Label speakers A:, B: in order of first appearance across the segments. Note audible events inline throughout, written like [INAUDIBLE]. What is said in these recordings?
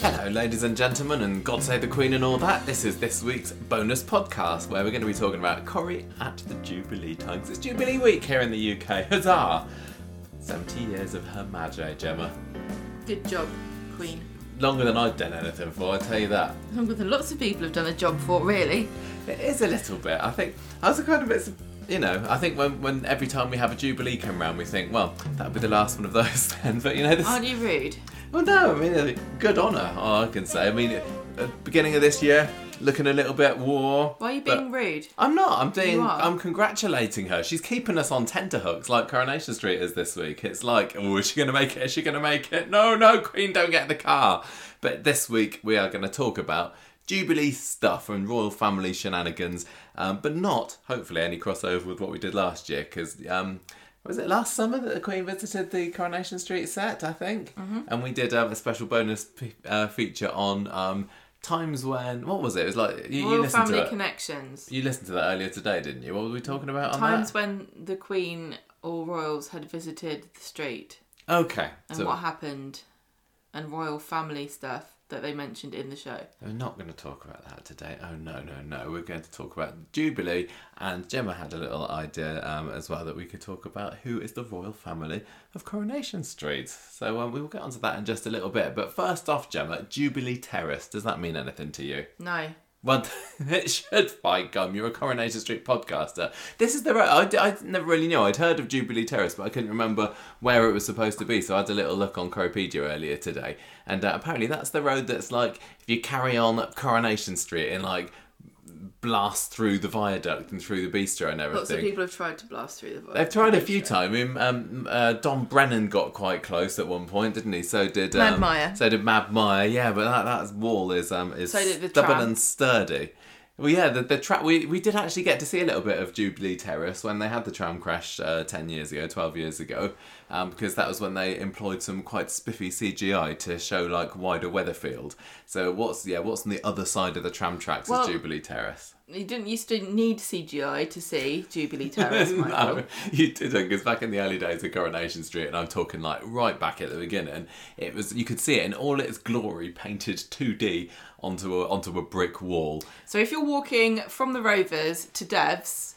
A: Hello, ladies and gentlemen, and God Save the Queen and all that. This is this week's bonus podcast where we're going to be talking about Corrie at the Jubilee Times. It's Jubilee Week here in the UK. Huzzah! 70 years of her magic, Gemma.
B: Good job, Queen.
A: Longer than I've done anything for, I tell you that.
B: Longer than lots of people have done a job for,
A: [LAUGHS]
B: really.
A: It is a little bit. I think I was kind of a bit, you know. I think when, when every time we have a jubilee come round, we think, well, that'll be the last one of those [LAUGHS] then. But you know, this,
B: Aren't you rude?
A: well, no, I mean, uh, good honour. I can say. I mean, at the beginning of this year, looking a little bit war.
B: Why are you
A: but-
B: being rude?
A: I'm not. I'm being.
B: You are.
A: I'm congratulating her. She's keeping us on tenterhooks like Coronation Street is this week. It's like, oh, is she going to make it? Is she going to make it? No, no, Queen, don't get in the car. But this week we are going to talk about Jubilee stuff and royal family shenanigans, um, but not hopefully any crossover with what we did last year because. Um, was it last summer that the Queen visited the Coronation Street set? I think,
B: Mm-hmm.
A: and we did um, a special bonus p- uh, feature on um, times when what was it? It was like you, you
B: Royal
A: listened
B: family
A: to it.
B: connections.
A: You listened to that earlier today, didn't you? What were we talking about on
B: Times
A: that?
B: when the Queen or royals had visited the street
A: Okay,
B: and
A: so
B: what happened and royal family stuff that they mentioned in the show.
A: we're not going to talk about that today. Oh no, no, no! We're going to talk about Jubilee, and Gemma had a little idea um, as well that we could talk about who is the royal family of Coronation Street. So um, we will get onto that in just a little bit. But first off, Gemma, Jubilee Terrace. Does that mean anything to you?
B: No.
A: Well, [LAUGHS] it should, by gum. You're a Coronation Street podcaster. This is the right. I, I never really knew. I'd heard of Jubilee Terrace, but I couldn't remember where it was supposed to be. So I had a little look on Cropedia earlier today. And uh, apparently, that's the road that's like, if you carry on up Coronation Street and like blast through the viaduct and through the bistro and everything.
B: Lots of people have tried to blast through the voice.
A: They've tried a few times. I mean, um, uh, Don Brennan got quite close at one point, didn't he? So did um,
B: Mad Meyer.
A: So did Mad Meyer. Yeah, but that, that wall is um, is
B: So did the
A: stubborn
B: tram.
A: and sturdy. Well, yeah, the, the tram. We, we did actually get to see a little bit of Jubilee Terrace when they had the tram crash uh, ten years ago, twelve years ago, um, because that was when they employed some quite spiffy CGI to show like wider Weatherfield. So what's yeah, what's on the other side of the tram tracks
B: Well-
A: is Jubilee Terrace.
B: You didn't used to need CGI to see
A: [LAUGHS]
B: Jubilee [LAUGHS] Terrace, Michael.
A: no, you didn't, because back in the early days of Coronation Street, and I'm talking like right back at the beginning, it was you could see it in all its glory, painted 2D onto a, onto a brick wall.
B: So if you're walking from the Rovers to Dev's,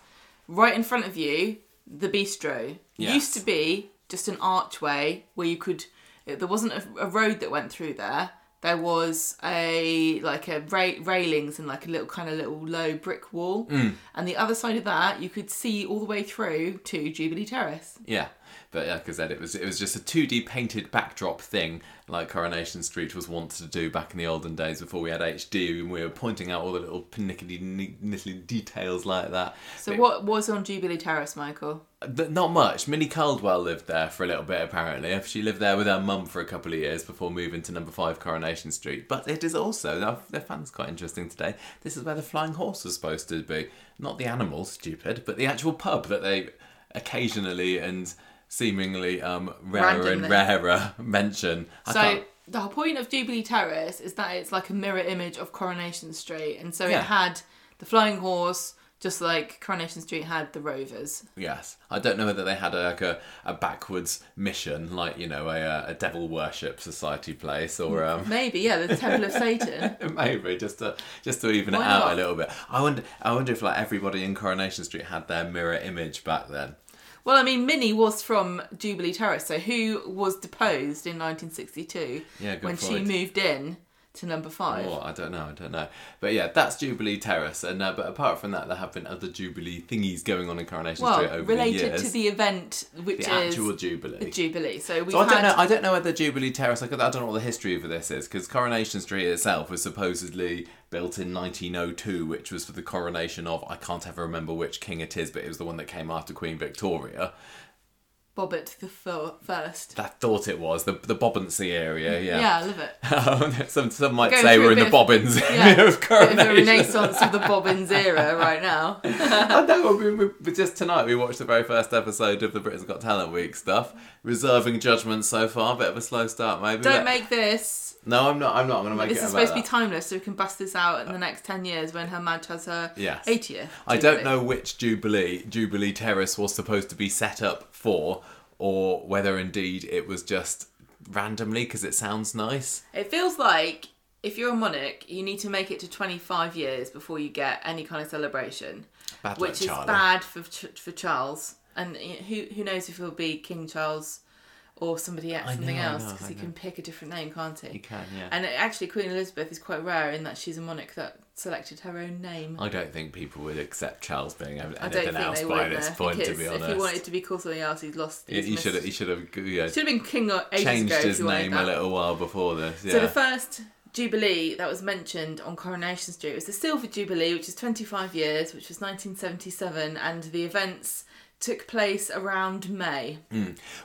B: right in front of you, the bistro
A: Yes.
B: used to be just an archway where you could. There wasn't a, a road that went through there. There was a like a ra- railings and like a little kind of little low brick wall, and the other side of that you could see all the way through to Jubilee Terrace.
A: Yeah, but like I said, it was it was just a 2D painted backdrop thing, like Coronation Street was wont to do back in the olden days before we had HD, and we were pointing out all the little pernickety little details like that.
B: So
A: But-
B: what was on Jubilee Terrace, Michael?
A: Th- Not much. Minnie Caldwell lived there for a little bit, apparently. She lived there with her mum for a couple of years before moving to number five Coronation Street. But it is also, their- their fan's quite interesting today. This is where the Flying Horse was supposed to be. Not the animal, stupid, but the actual pub that they occasionally and seemingly um, rarer
B: Randomly.
A: and rarer mention. I
B: So
A: can't-
B: the whole point of Jubilee Terrace is that it's like a mirror image of Coronation Street, and so
A: Yeah.
B: it had the Flying Horse, just like Coronation Street had the Rovers.
A: Yes, I don't know whether they had a, like a, a backwards mission, like you know, a, uh, a devil worship society place, or um,
B: Maybe yeah, the Temple of Satan.
A: [LAUGHS] Maybe just to just to even it
B: Why
A: out
B: not?
A: a little bit. I wonder. I wonder if like everybody in Coronation Street had their mirror image back then.
B: [LAUGHS] Well, I mean, Minnie was from Jubilee Terrace, so who was deposed in 1962
A: Yeah, good
B: when she
A: point.
B: moved in to number five?
A: Or Oh, I don't know. I don't know. But yeah, that's Jubilee Terrace. And uh, but apart from that, there have been other Jubilee thingies going on in Coronation Street
B: Well,
A: over the
B: related
A: years.
B: to the event, which
A: the
B: is
A: actual Jubilee.
B: the Jubilee. So we
A: So I
B: have
A: don't
B: had
A: know. I don't know whether Jubilee Terrace. I don't know what the history of this is because Coronation Street itself was supposedly built in 1902, which was for the coronation of I can't ever remember which king it is, but it was the one that came after Queen Victoria.
B: Bobbit the fir- first.
A: I thought it was the the Bobbincy area. Yeah. Um,
B: Yeah, I love
A: [LAUGHS]
B: it.
A: some some might
B: Going
A: say
B: through
A: we're [LAUGHS]
B: a
A: in the
B: bit of-
A: Bobbins
B: Yeah,
A: area of
B: bit of the
A: coronation.
B: renaissance of the bobbins era right now.
A: [LAUGHS] I know. We, we, but just tonight we watched the very first episode of the Britain's Got Talent Week stuff. Reserving judgment so far. Bit of a slow start, maybe.
B: Don't
A: but-
B: make this
A: No, I'm not. I'm not. I'm going to make
B: This
A: it
B: is
A: about
B: supposed to be
A: that. Uh,
B: timeless, so we can bust this out in the next 10 years when her match has her
A: Yes.
B: 80th.
A: I don't
B: Jubilee.
A: know which Jubilee Jubilee Terrace was supposed to be set up for, or whether indeed it was just randomly because it sounds nice.
B: It feels like if you're a monarch, you need to make it to 25 years before you get any kind of celebration,
A: Bad luck,
B: which is
A: Charlie.
B: bad for Ch- for Charles. And you know, who who knows if he'll be King Charles or somebody else, something
A: know, I
B: else,
A: know,
B: because
A: I
B: he can pick a different name, can't he? He
A: can, yeah.
B: And actually, Queen Elizabeth is quite rare in that she's a monarch that selected her own name.
A: I don't think people would accept Charles being anything
B: I don't think
A: else
B: they
A: by
B: would.
A: this
B: no,
A: point. To
B: because
A: be
B: if he wanted
A: honest,
B: to be called something else, he'd lost.
A: he, he should have. He should have. Yeah,
B: should have been king or ages
A: changed
B: ago if
A: his
B: he wanted
A: name
B: that.
A: a little while before this. Yeah.
B: So the first Jubilee that was mentioned on Coronation Street was the Silver Jubilee, which is 25 years, which was 1977, and the events took place around May.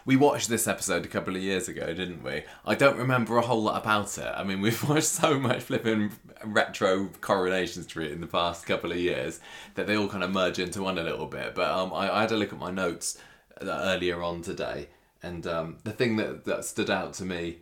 A: We watched this episode a couple of years ago, didn't we? I don't remember a whole lot about it. I mean, [LAUGHS] we've watched so much flipping retro Coronation Street in the past couple of years that they all kind of merge into one a little bit. But um, I, I had a look at my notes uh, earlier on today, and um, the thing that, that stood out to me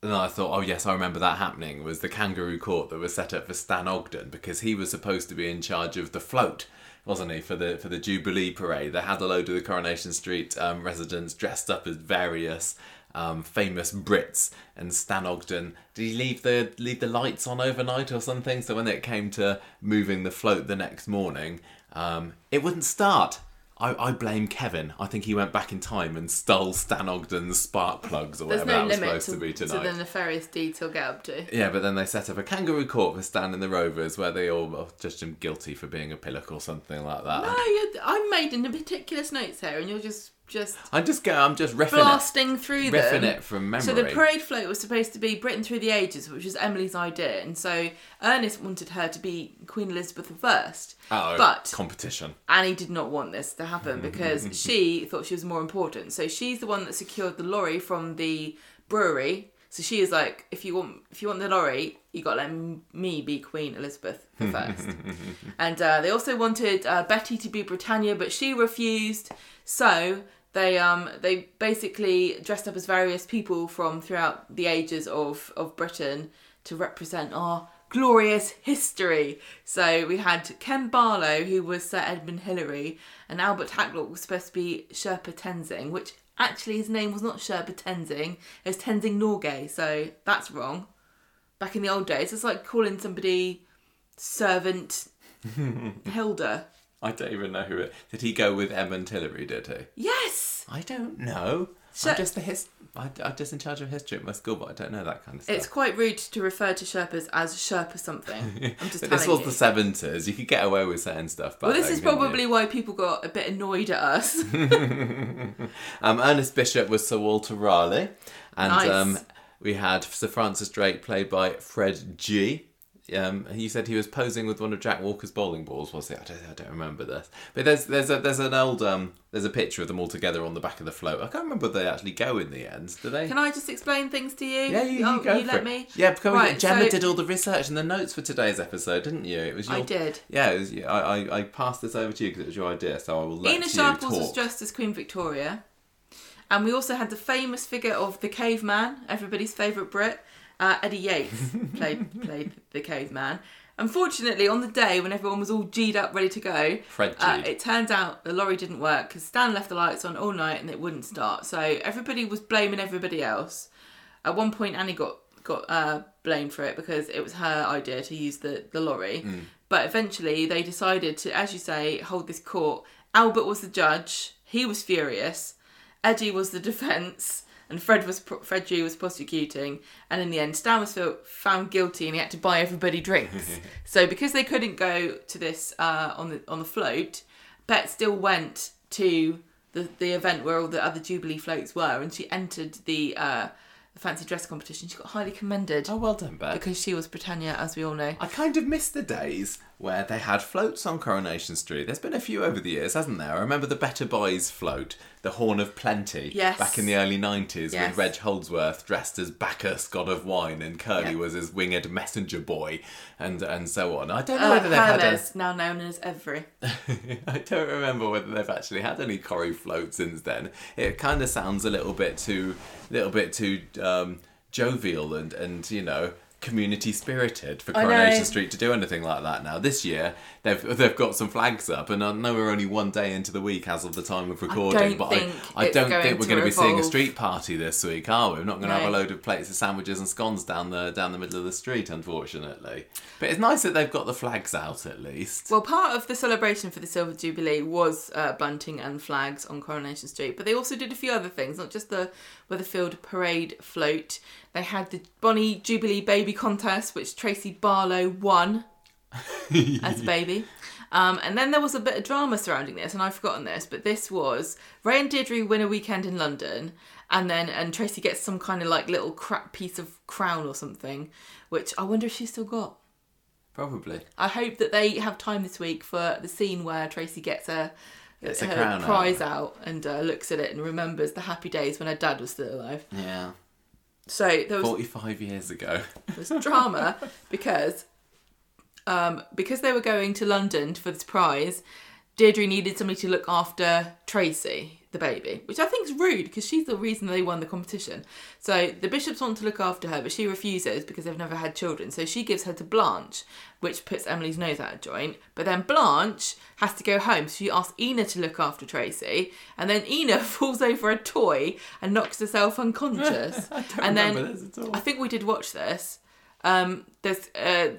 A: and I thought, oh yes, I remember that happening. Was the kangaroo court that was set up for Stan Ogden because he was supposed to be in charge of the float, wasn't he, for the for the Jubilee parade? They had a load of the Coronation Street um, residents dressed up as various um, famous Brits, and Stan Ogden did he leave the leave the lights on overnight or something? So when it came to moving the float the next morning, um, it wouldn't start. I, I blame Kevin. I think he went back in time and stole Stan Ogden's spark plugs or
B: There's
A: whatever that
B: no
A: was
B: limit
A: supposed
B: to,
A: to, be
B: to
A: tonight.
B: the nefarious deeds he'll get up to.
A: Yeah, but then they set up a kangaroo court for Stan and the Rovers, where they all judged him guilty for being a pillock or something like that.
B: No, you I'm Oh, made in meticulous notes here, and you're just just
A: I'm just go. I'm just riffing
B: blasting through
A: it,
B: them.
A: riffing it from memory.
B: So the parade float was supposed to be Britain through the ages, which was Emily's idea, and so Ernest wanted her to be Queen Elizabeth I.
A: oh,
B: but
A: competition.
B: Annie did not want this to happen because she thought she was more important. So she's the one that secured the lorry from the brewery. So she is like, if you want, if you want the lorry, you got to let m- me be Queen Elizabeth the first. and uh, they also wanted uh, Betty to be Britannia, but she refused. So they um they basically dressed up as various people from throughout the ages of of Britain to represent our glorious history. So we had Ken Barlow, who was Sir Edmund Hillary, and Albert Hacklock was supposed to be Sherpa Tenzing, which actually his name was not Sherpa Tenzing, it was Tenzing Norgay, so that's wrong. Back in the old days, it's like calling somebody servant Hilda.
A: I don't even know who it. Did he go with Em and Tillery? Did he?
B: Yes!
A: I don't know.
B: So-
A: I'm just the his. I, I'm just in charge of history at my school, but I don't know that kind of stuff.
B: It's quite rude to refer to Sherpas as
A: [LAUGHS]
B: Sherpa something. I'm just
A: but this was
B: telling you.
A: the seventies. You could get away with saying stuff. Back
B: well, this
A: then,
B: is
A: couldn't you?
B: probably why people got a bit annoyed at
A: [LAUGHS]
B: us.
A: Um, Ernest Bishop was Sir Walter Raleigh, and
B: Nice.
A: um, we had Sir Francis Drake played by Fred G. Um, he said he was posing with one of Jack Walker's bowling balls, was he? I don't, I don't remember this. But there's there's a there's an old um there's a picture of them all together on the back of the float. I can't remember if they actually go in the end, do they?
B: Can I just explain things to you?
A: yeah, you, you
B: oh,
A: go
B: you
A: for
B: let
A: it.
B: me.
A: Yeah, because
B: Right,
A: Gemma
B: so-
A: did all the research and the notes for today's episode, didn't you? It was your,
B: I did.
A: Yeah, it was, I, I I passed this over to you because it was your idea, so I will let
B: Ina
A: you
B: Sharples
A: talk.
B: was dressed as Queen Victoria, and we also had the famous figure of the caveman, everybody's favourite Brit, uh,
A: [LAUGHS]
B: Eddie Yates played played the caveman. Unfortunately, on the day when everyone was all G'd up, ready to go,
A: Fred
B: uh,
A: G.
B: it turned out the lorry didn't work because Stan left the lights on all night and it wouldn't start. So everybody was blaming everybody else. At one point, Annie got got uh, blamed for it because it was her idea to use the the lorry. But eventually, they decided to, as you say, hold this court. Albert was the judge. He was furious. Eddie was the [LAUGHS] defence, and Fred was pro- Fred G was prosecuting. And in the end, Stan was fil- found guilty, and he had to buy everybody drinks. so because they couldn't go to this uh, on the on the float, Bet still went to the the event where all the other Jubilee floats were, and she entered the uh, the fancy dress competition. She got highly commended
A: Oh, well done, Bert.
B: because she was Britannia, as we all know.
A: I kind of miss the days where they had floats on Coronation Street. There's been a few over the years, hasn't there? I remember the Better Boys float, the Horn of Plenty,
B: Yes.
A: back in the early 90s
B: Yes.
A: with Reg Holdsworth dressed as Bacchus, God of Wine, and Curly
B: Yeah.
A: was his winged messenger boy, and, and so on. I don't know
B: Uh,
A: whether they've had a,
B: Hermes, now known as Every.
A: I don't remember whether they've actually had any Corrie float since then. It kind of sounds a little bit too, little bit too um, jovial and and you know community spirited for
B: I know.
A: Coronation Street to do anything like that now. This year they've they've got some flags up, and I know we're only one day into the week as of the time of recording,
B: don't
A: but
B: think
A: I, I
B: it's
A: don't
B: going
A: think we're
B: to
A: going to be seeing a
B: evolve.
A: street party this week, are we? We're not going to have a
B: No.
A: load of plates of sandwiches and scones down the down the middle of the street, unfortunately. But it's nice that they've got the flags out at least.
B: Well, part of the celebration for the Silver Jubilee was uh, bunting and flags on Coronation Street, but they also did a few other things, not just the Weatherfield Parade float. They had the Bonnie Jubilee Baby Contest, which Tracy Barlow won as a baby. Um, and then there was a bit of drama surrounding this, and I've forgotten this, but this was Ray and Deirdre win a weekend in London, and then and Tracy gets some kind of like little crap piece of crown or something, which I wonder if she's still got.
A: Probably.
B: I hope that they have time this week for the scene where Tracy gets her,
A: Gets a
B: her
A: crown out.
B: prize out, and uh, looks at it and remembers the happy days when her dad was still alive.
A: Yeah.
B: So there was,
A: Forty five years ago.
B: was drama because um, because they were going to London for this prize. Deirdre needed somebody to look after Tracy, the baby, which I think is rude because she's the reason they won the competition. So the bishops want to look after her, but she refuses because they've never had children. So she gives her to Blanche, which puts Emily's nose out of joint. But then Blanche has to go home, so she asks Ena to look after Tracy, and then Ena [LAUGHS] falls over a toy and knocks
A: [LAUGHS]
B: herself unconscious. and
A: remember this at all.
B: I think we did watch this. Um, there's uh,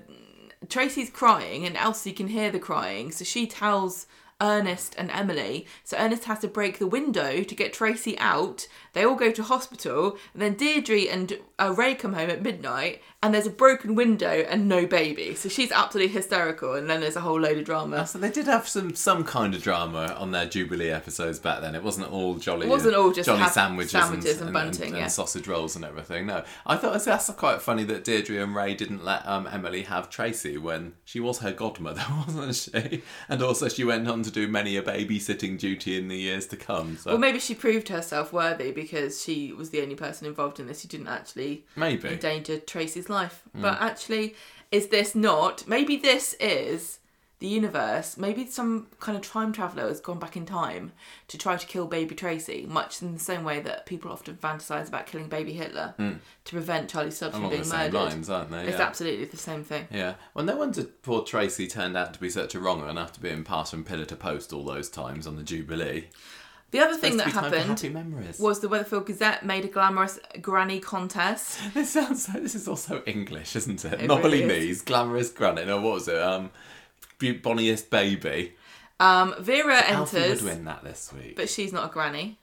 B: Tracy's crying and Elsie can hear the crying, so she tells Ernest and Emily. So Ernest has to break the window to get Tracy out. They all go to hospital, and then Deirdre and uh, Ray come home at midnight, and there's a broken window and no baby. So she's absolutely hysterical, and then there's a whole load of drama.
A: So they did have some some kind of drama on their Jubilee episodes back then. It wasn't all jolly. It
B: wasn't all just
A: jolly
B: hap-
A: sandwiches,
B: sandwiches and bunting,
A: and,
B: yeah.
A: sausage rolls and everything. No, I thought that's- that's quite funny that Deirdre and Ray didn't let um, Emily have Tracy when she was her godmother, [LAUGHS] wasn't she? And also she went on to do many a babysitting duty in the years to come. So
B: Well, maybe she proved herself worthy because she was the only person involved in this who didn't actually
A: maybe.
B: endanger Tracy's life.
A: Mm.
B: But actually, is this not? Maybe this is the universe. Maybe some kind of time traveler has gone back in time to try to kill baby Tracy, much in the same way that people often fantasize about killing baby Hitler to prevent Charlie Stubbs from
A: Along
B: being
A: Hmm. the same
B: murdered.
A: lines, aren't they?
B: It's
A: Yeah.
B: absolutely the same thing.
A: Yeah. Well, no wonder poor Tracy turned out to be such a wronger and after being passed from pillar to post all those times on the Jubilee.
B: The other thing
A: Supposed to be time
B: that
A: for
B: happened
A: happy memories. [LAUGHS]
B: was the Weatherfield Gazette made a glamorous granny contest.
A: This sounds. so- This is also English, isn't it?
B: really
A: Knobbly
B: is.
A: knees, glamorous granite. No, what was it? Um, bu- bonniest baby.
B: Um, Vera
A: Alfie would
B: enters.
A: win that this week.
B: but she's not a granny.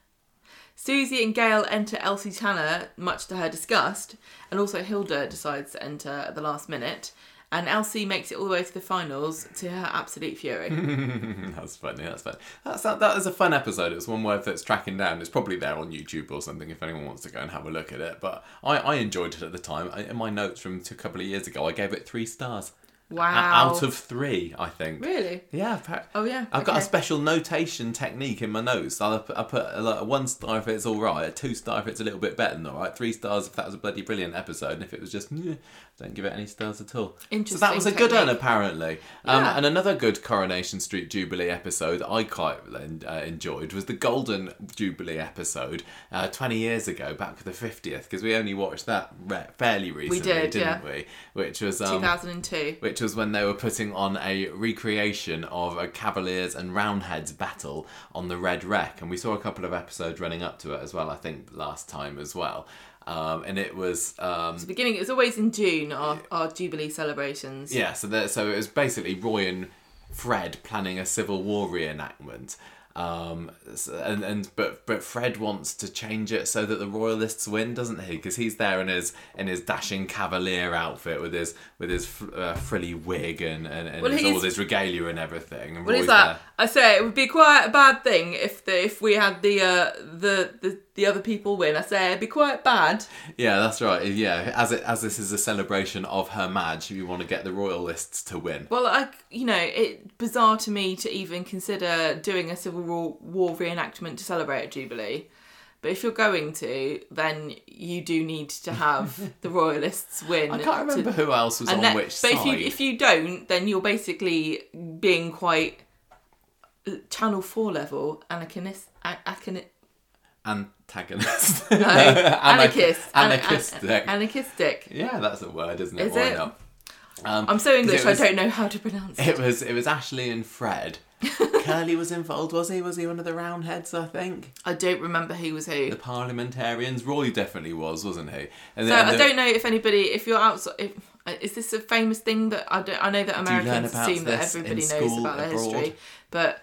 B: Susie and Gail enter Elsie Tanner, much to her disgust, and also Hilda decides to enter at the last minute. And Elsie makes it all the way to the finals to her
A: [LAUGHS]
B: absolute fury.
A: [LAUGHS] That's funny. That's funny. That's that, that is a fun episode. It's one worth it's tracking down. It's probably there on YouTube or something if anyone wants to go and have a look at it. But I, I enjoyed it at the time. I, in my notes from a couple of years ago, I gave it three stars. O-
B: Wow.
A: out of three, I think.
B: really?
A: Yeah. appar-
B: Oh, yeah.
A: I've got a
B: okay.
A: special notation technique in my notes. I'll, I put a, like, a one star if it's all right, a two star if it's a little bit better than all right, three stars if that was a bloody brilliant episode, and if it was just, meh, don't give it any stars at all. So that
B: Interesting
A: was a good one,
B: technique.
A: apparently. Um,
B: Yeah.
A: And another good Coronation Street Jubilee episode I quite uh, enjoyed was the Golden Jubilee episode uh, 20 years ago, back to the 50th, because we only watched that re- fairly recently,
B: did,
A: not
B: yeah.
A: we? Which was. Um,
B: 2002.
A: which was when they were putting on a recreation of a Cavaliers and Roundheads battle on the Red Wreck. And we saw a couple of episodes running up to it as well, I think, last time as well. Um, and it was. Um,
B: It's the beginning, it was always in June, our, our Jubilee celebrations.
A: yeah, so, there, so it was basically Roy and Fred planning a Civil War reenactment. Um, s- and, and but but Fred wants to change it so that the Royalists win, doesn't he? Because he's there in his in his dashing cavalier outfit with his with his fr- uh, frilly wig and and, and
B: Well,
A: his,
B: he's-
A: all his regalia and everything. And
B: What
A: Roy's
B: is that?
A: there.
B: I say it would be quite a bad thing if the, if we had the, uh, the the the other people win. I say it'd be quite bad.
A: Yeah, that's right. Yeah, as it as this is a celebration of Her Madge, you want to get the Royalists to win.
B: Well, I, you know, it bizarre to me to even consider doing a civil war, war reenactment to celebrate a jubilee. But if you're going to, then you do need
A: [LAUGHS]
B: to have the royalists win.
A: I can't remember who else was on
B: that-
A: which
B: but
A: side.
B: if you if you don't, then you're basically being uh, quite Channel Four level anachronist. An, achan-
A: and
B: [LAUGHS]
A: antagonist. [LAUGHS]
B: No, anarchist. An- an-
A: Anarchistic.
B: Anarchistic.
A: yeah, that's a word, isn't it?
B: Is
A: Why
B: it?
A: not? Um,
B: I'm so English,
A: was-
B: I don't know how to pronounce it.
A: It was it was Ashley and
B: [LAUGHS]
A: Fred. Curly was involved, was he? Was he one of the Roundheads? I think
B: I don't remember who was who.
A: the Parliamentarians. Roy definitely was, wasn't he? And
B: So
A: then
B: I
A: the-
B: don't know if anybody, if you're outside, if, uh, is this a famous thing that I don't? I know that
A: you learn
B: Americans
A: about
B: assume that
A: this in
B: everybody knows
A: school
B: about their
A: abroad?
B: history, but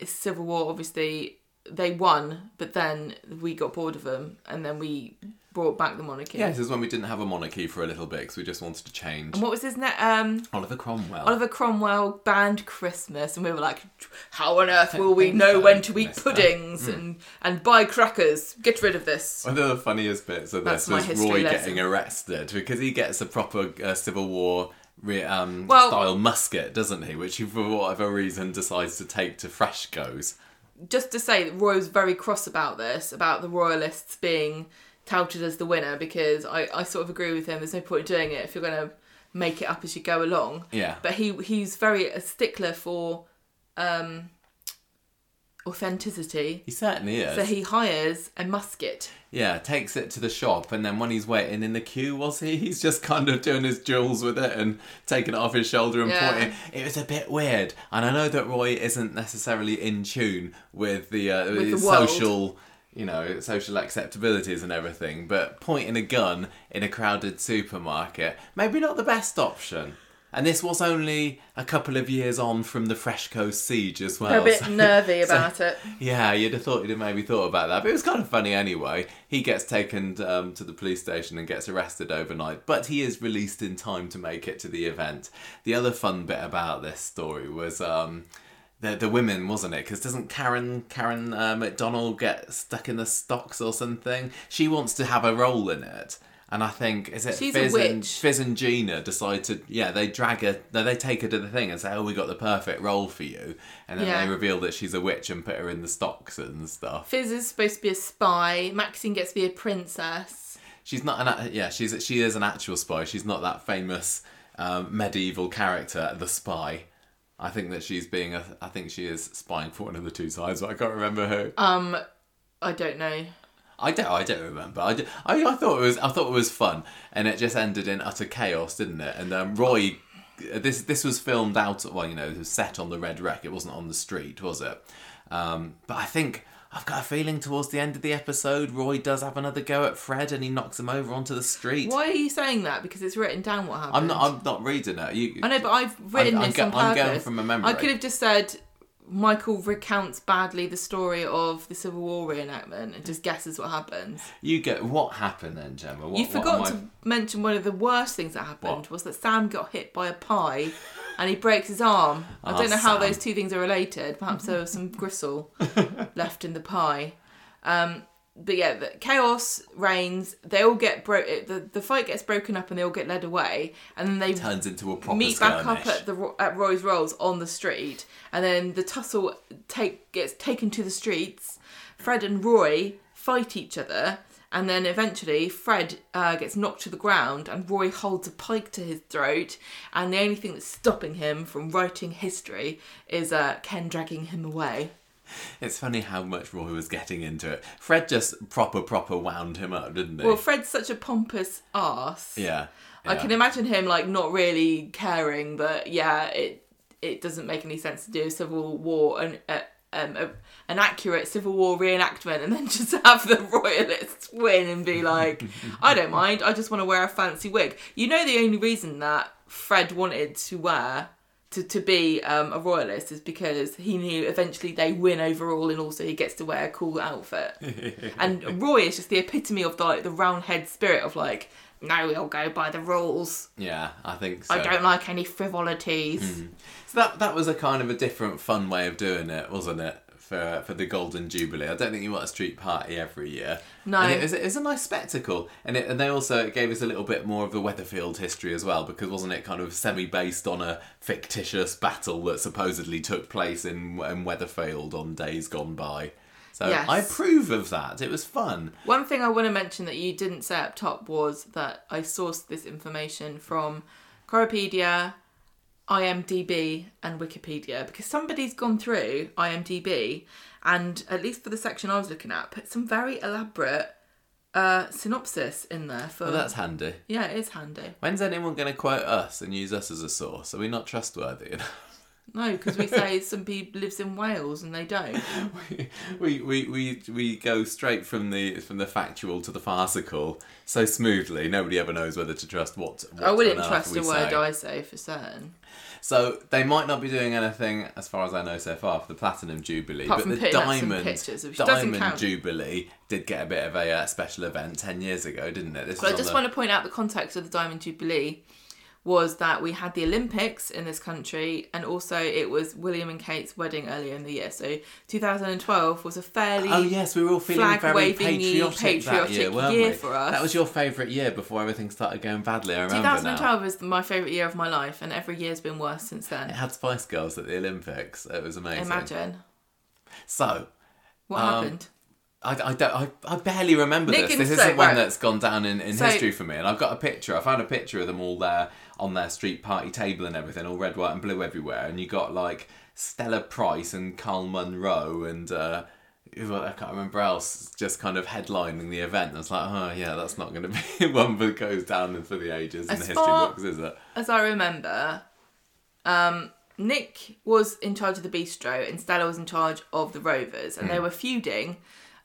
B: it's Civil War obviously they won, but then we got bored of them, and then we brought back the monarchy.
A: Yeah, this is when we didn't have a monarchy for a little bit because we just wanted to change.
B: And what was his name? Um,
A: Oliver Cromwell.
B: Oliver Cromwell banned Christmas, and we were like, "How on earth will we
A: think
B: know
A: so,
B: when to eat
A: mister. Hmm.
B: puddings and and buy crackers? Get rid of this."
A: One of the funniest bits of
B: That's
A: this
B: my
A: was
B: history
A: Roy
B: lesson.
A: getting arrested because he gets a proper uh, Civil War re- um,
B: Well-
A: style musket, doesn't he? Which he, for whatever reason, decides to take to Freshco's.
B: just to say that Roy was very cross about this, about the royalists being touted as the winner, because I, I sort of agree with him. There's no point doing it if you're going to make it up as you go along.
A: Yeah.
B: But he he's very a stickler for um, authenticity.
A: He certainly is.
B: So he hires a musket.
A: yeah, takes it to the shop, and then when he's waiting in the queue, was he? [LAUGHS] He's just kind of doing his duels with it and taking it off his shoulder and
B: Yeah.
A: pointing. It was a bit weird, and I know that Roy isn't necessarily in tune with the, uh,
B: the world.
A: social, you know, social acceptabilities and everything, but pointing a gun in a crowded supermarket maybe not the best option. And this was only a couple of years on from the Freshco siege as well.
B: They're a bit
A: Oh, so-
B: nervy
A: [LAUGHS] so-
B: about it.
A: yeah, you'd have thought you'd have maybe thought about that, but it was kind of funny anyway. He gets taken um, to the police station and gets arrested overnight, but he is released in time to make it to the event. The other fun bit about this story was um, the the women, wasn't it? Because doesn't Karen Karen uh, McDonald get stuck in the stocks or something? She wants to have a role in it. And I think is it
B: She's a
A: Fizz and,
B: witch.
A: Fizz and Gina decide to yeah they drag her no they take her to the thing and say oh we got the perfect role for you and then
B: Yeah.
A: they reveal that she's a witch and put her in the stocks and stuff.
B: Fizz is supposed to be a spy. Maxine gets to be a princess.
A: She's not an act- yeah she's she is an actual spy. She's not that famous um, medieval character the spy. I think that she's being a I think she is spying for one of the two sides, but I can't remember who.
B: Um, I don't know.
A: I don't I don't remember. I, d- I, I thought it was I thought it was fun and it just ended in utter chaos, didn't it? And um, Roy. This this was filmed out well you know it was set on the red wreck it wasn't on the street was it Um, but I think I've got a feeling towards the end of the episode, Roy does have another go at Fred and he knocks him over onto the street.
B: Why are you saying that? Because it's written down what happened.
A: I'm not. I'm not reading it. You.
B: I know, but I've written
A: I'm- I'm
B: this
A: go-
B: on
A: I'm
B: purpose.
A: going from a memory.
B: I could have just said Michael recounts badly the story of the Civil War reenactment and just guesses what happens.
A: You get what happened then, Gemma? What,
B: you
A: what
B: forgot
A: am I-
B: to mention one of the worst things that happened
A: What?
B: was that Sam got hit by a pie and he breaks his arm. I
A: Ah,
B: don't know how
A: Sam.
B: those two things are related. Perhaps there was
A: [LAUGHS]
B: some gristle left in the pie. Um, but yeah, the chaos reigns. They all get bro. it- The, the fight gets broken up and they all get led away. And then they
A: turns into a proper
B: meet
A: skirmish.
B: back up at the Ro- at Roy's Rolls on the street, and then the tussle take gets taken to the streets. Fred and Roy fight each other, and then eventually Fred uh, gets knocked to the ground, and Roy holds a pike to his throat. And the only thing that's stopping him from writing history is uh, Ken dragging him away.
A: It's funny how much Roy was getting into it. Fred just proper proper wound him up, didn't he?
B: Well, Fred's such a pompous ass.
A: yeah.
B: I
A: yeah.
B: can imagine him like not really caring, but yeah, it it doesn't make any sense to do a civil war and uh, um, a, an accurate civil war reenactment, and then [LAUGHS] just have the royalists win and be like, I don't mind. I just want to wear a fancy wig. You know, the only reason that Fred wanted to wear. To, to be um, a royalist is because he knew eventually they win overall and also he gets to wear a cool outfit and Roy is just the epitome of the like the roundhead spirit of like, no, we'll go by the rules.
A: Yeah, Mm-hmm. I think so.
B: I don't like any frivolities.
A: So that that was a kind of a different, fun way of doing it, wasn't it? For for the Golden Jubilee, I don't think you want a street party every year.
B: No.
A: and it was, it was a nice spectacle, and it, and they also it gave us a little bit more of the Weatherfield history as well, because wasn't it kind of semi based on a fictitious battle that supposedly took place in in Weatherfield on days gone by. So
B: Yes.
A: I approve of that. It was fun.
B: One thing I want to mention that you didn't say up top was that I sourced this information from Coropedia, IMDb, and Wikipedia because somebody's gone through IMDb and at least for the section I was looking at, put some very elaborate uh, synopsis in there for.
A: Well, that's handy.
B: yeah, it is handy.
A: When's anyone going to quote us and use us as a source? Are we not trustworthy enough?
B: No, because we say somebody lives in Wales and they don't.
A: we, we, we, we go straight from the from the factual to the farcical so smoothly. Nobody ever knows whether to trust what. what
B: I wouldn't
A: on earth
B: trust
A: we
B: a word
A: say.
B: I say for certain.
A: So they might not be doing anything, as far as I know so far, for the platinum jubilee,
B: Apart
A: but
B: from
A: the
B: putting up some
A: diamond
B: pictures, which doesn't
A: diamond
B: count.
A: jubilee did get a bit of a uh, special event ten years ago, didn't it? This was
B: But I
A: on
B: just
A: the-
B: want to point out the context of the Diamond Jubilee was that we had the Olympics in this country, and also it was William and Kate's wedding earlier in the year. So 2012 was a fairly
A: Oh yes, we were all feeling
B: flag
A: very
B: waving-y,
A: patriotic, that year,
B: patriotic
A: weren't
B: year
A: we?
B: for us.
A: That was your favourite year before everything started going badly. I remember now.
B: 2012 was my favorite year of my life, and every year's been worse since
A: It
B: then.
A: had Spice Girls at the Olympics. It was amazing.
B: Imagine
A: So
B: what
A: Um,
B: happened.
A: I, I don't. I, I barely remember
B: Nick
A: this.
B: and
A: This
B: so-
A: isn't one
B: right.
A: that's gone down in, in
B: So-
A: history for me. And I've got a picture. I found a picture of them all there on their street party table and everything, all red, white, and blue everywhere. And you got like Stella Price and Carl Munro and. Uh, who- I can't remember else just kind of headlining the event. I was like, oh yeah, that's not going to [LAUGHS] be one that goes down for the ages in
B: As
A: the history
B: far-
A: books, is it?
B: As I remember, um, Nick was in charge of the bistro, and Stella was in charge of the Rovers, and they were feuding,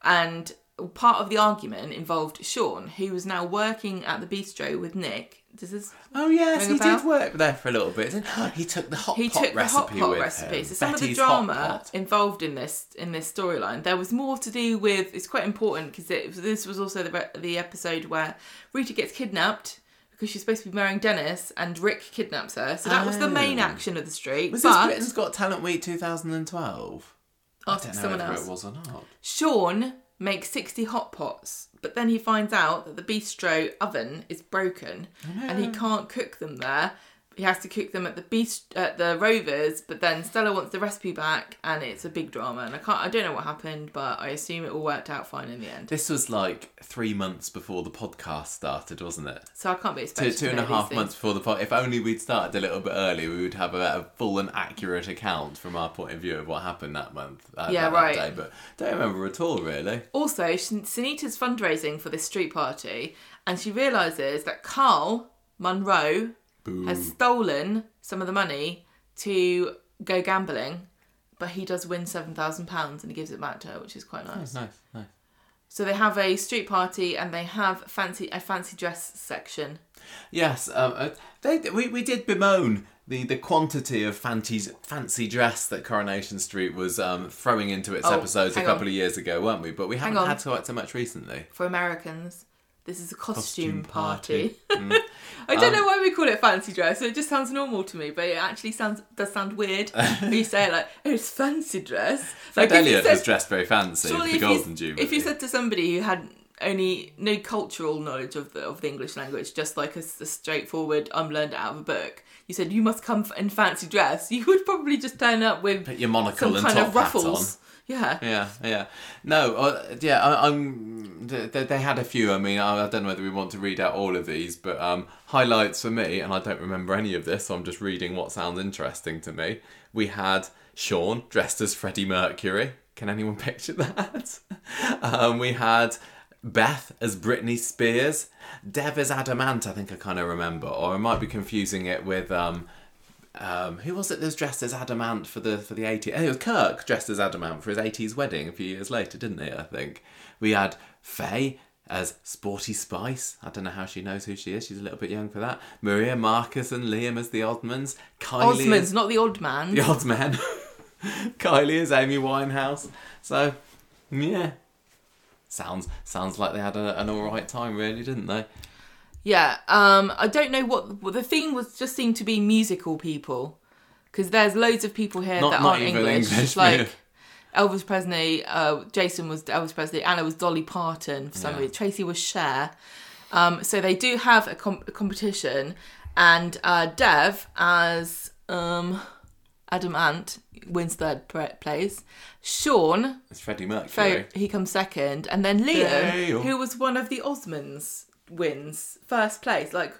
B: and part of the argument involved Sean, who was now working at the bistro with Nick. Does this?
A: Oh yes,
B: Ring a
A: he
B: bell?
A: did work there for a little bit. Didn't he? [GASPS] he took the hot
B: He
A: pot
B: took the hot
A: recipe
B: pot
A: with
B: recipe.
A: him.
B: So some
A: Betty's
B: of the
A: hot
B: drama
A: pot.
B: involved in this in this storyline, there was more to do with. It's quite important because this was also the re- the episode where Rita gets kidnapped. Because she's supposed to be marrying Dennis, and Rick kidnaps her. So that was the main
A: Oh.
B: action of the street.
A: Was
B: but
A: this Britain's Got Talent Week 2012?
B: ask
A: I don't know
B: someone
A: whether
B: else.
A: it was or not.
B: Sean makes 60 hot pots, but then he finds out that the bistro oven is broken and he can't cook them there. He has to cook them at the beast at the Rovers, but then Stella wants the recipe back, and it's a big drama. And I can't, I don't know what happened, but I assume it all worked out fine in the end.
A: This was like three months before the podcast started, wasn't it?
B: So I can't be
A: Two,
B: expected to
A: two and
B: know
A: a half
B: these
A: months
B: things.
A: before the podcast. If only we'd started a little bit earlier, we would have a, a full and accurate account from our point of view of what happened that month. uh,
B: Yeah,
A: that
B: right.
A: Day, but don't remember at all, really.
B: Also, Shin- Sunita's fundraising for this street party, and she realizes that Carl Munro
A: Boo.
B: has stolen some of the money to go gambling, but he does win seven thousand pounds and he gives it back to her, which is quite nice.
A: Nice, nice.
B: So they have a street party and they have fancy a fancy dress section.
A: Yes, um, uh, they, we, we did bemoan the, the quantity of fancy, fancy dress that Coronation Street was um, throwing into its
B: Oh,
A: episodes a
B: hang
A: couple
B: on.
A: of years ago, weren't we? But we haven't
B: on.
A: had quite so much recently.
B: For Americans, this is a costume,
A: Costume Hmm. Um,
B: party. [LAUGHS] I don't know why we call it fancy dress. It just sounds normal to me, but it actually sounds does sound
A: [LAUGHS]
B: weird when you say it like oh, it's fancy dress. Like
A: Fred
B: if you
A: Elliott
B: said-
A: was dressed very fancy for
B: Surely,
A: the
B: if
A: Golden
B: you,
A: Jubilee.
B: if you said to somebody who had only no cultural knowledge of the of the English language, just like a, s- a straightforward, um, learned it out of a book, you said you must come f- in fancy dress, [LAUGHS] you would probably just turn up with
A: Put your monocle
B: some
A: and
B: kind
A: top
B: of
A: hat on.
B: ruffles. Yeah.
A: Yeah, yeah. No, uh, yeah, I, I'm. They, they had a few. I mean, I, I don't know whether we want to read out all of these, but um, highlights for me, and I don't remember any of this, so I'm just reading what sounds interesting to me. We had Sean dressed as Freddie Mercury. Can anyone [LAUGHS] picture that? um, we had Beth as Britney Spears. Dev as Adamant, I think I kind of remember, or I might be confusing it with. Um, um, who was it that was dressed as Adamant for the for the 80s? Oh, it was Kirk dressed as Adamant for his 80s wedding a few years later, didn't he? I think. We had Faye as Sporty Spice. I don't know how she knows who she is. She's a little bit young for that. Maria Marcus and Liam as the Oddmans. Kylie
B: Osmond's
A: as
B: not the odd man.
A: the Oddman. [LAUGHS] Kylie as Amy Winehouse. So, yeah. Sounds sounds like they had a, an all right time, really, didn't they?
B: Yeah, um, I don't know what what- the theme was. Just seemed to be musical people, because there's loads of people here
A: Not-
B: that
A: not
B: aren't
A: even
B: English.
A: English,
B: like
A: yeah.
B: Elvis Presley, uh, Jason was Elvis Presley, Anna was Dolly Parton for some
A: Yeah.
B: reason, Tracy was Cher. Um, so they do have a, com- a competition, and uh, Dev as um, Adam Ant wins third pr- place. Sean,
A: It's Freddie Mercury.
B: so he comes second, and then Liam,
A: Dale.
B: who was one of the Osmonds, wins first place. Like,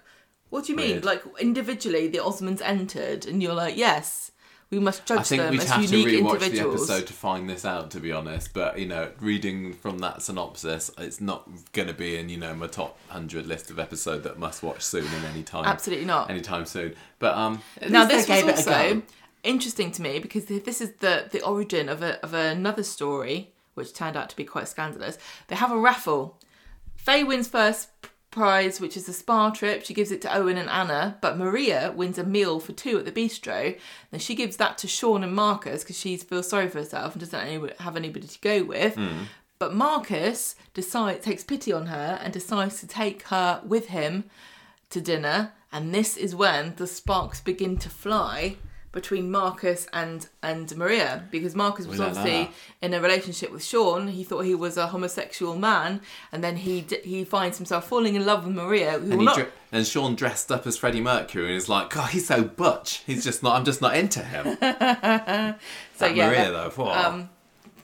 B: what do you mean?
A: Weird.
B: Like individually, the Osmonds entered, and you're like, yes, We must judge
A: I think
B: them
A: we'd
B: as
A: have to
B: unique
A: rewatch the
B: individuals.
A: episode to find this out, to be honest. But you know, reading from that synopsis, it's not going to be in you know my top hundred list of episode that must watch soon in any time.
B: Absolutely not.
A: Anytime soon. But um, at
B: Now
A: least
B: this
A: they
B: was
A: gave it a
B: also
A: go.
B: interesting to me because th- this is the the origin of a, of another story which turned out to be quite scandalous. They have a raffle. Faye wins first prize, which is a spa trip. She gives it to Owen and Anna, but Maria wins a meal for two at the bistro. And she gives that to Sean and Marcus because she feels sorry for herself and doesn't any- have anybody to go with. But Marcus decides takes pity on her and decides to take her with him to dinner, and this is when the sparks begin to fly between Marcus and and Maria because Marcus was
A: know
B: obviously in a relationship with Sean. He thought he was a homosexual man, and then he d- he finds himself falling in love with Maria,
A: And,
B: who will
A: he
B: not.
A: dre- and Sean dressed up as Freddie Mercury and is like, God, he's so butch. He's just not. I'm just not into him.
B: so
A: That
B: yeah,
A: Maria
B: that, um,
A: though. whoa.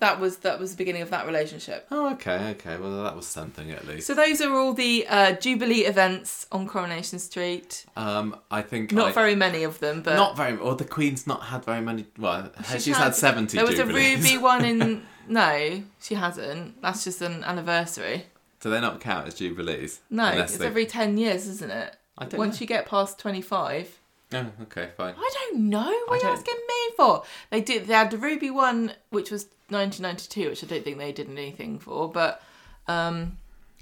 B: that was that was the beginning of that relationship.
A: oh, okay, okay. Well, that was something at least.
B: So those are all the uh, Jubilee events on Coronation Street.
A: Um, I think
B: Not
A: I-
B: very many of them, but
A: Not very. Or the Queen's not had very many. Well, she's, had, seventy.
B: There was
A: jubilees. [LAUGHS]
B: a ruby one in. No, she hasn't. That's just an anniversary.
A: Do they not count as jubilees?
B: No,
A: Unless
B: it's
A: they-
B: every ten years, isn't it?
A: I don't
B: Once
A: know.
B: you get past twenty-five,
A: Oh, okay, fine.
B: I don't know. What are you
A: don't-
B: asking me for? They did. They had the ruby one, which was nineteen ninety-two, which I don't think they did anything for. But um,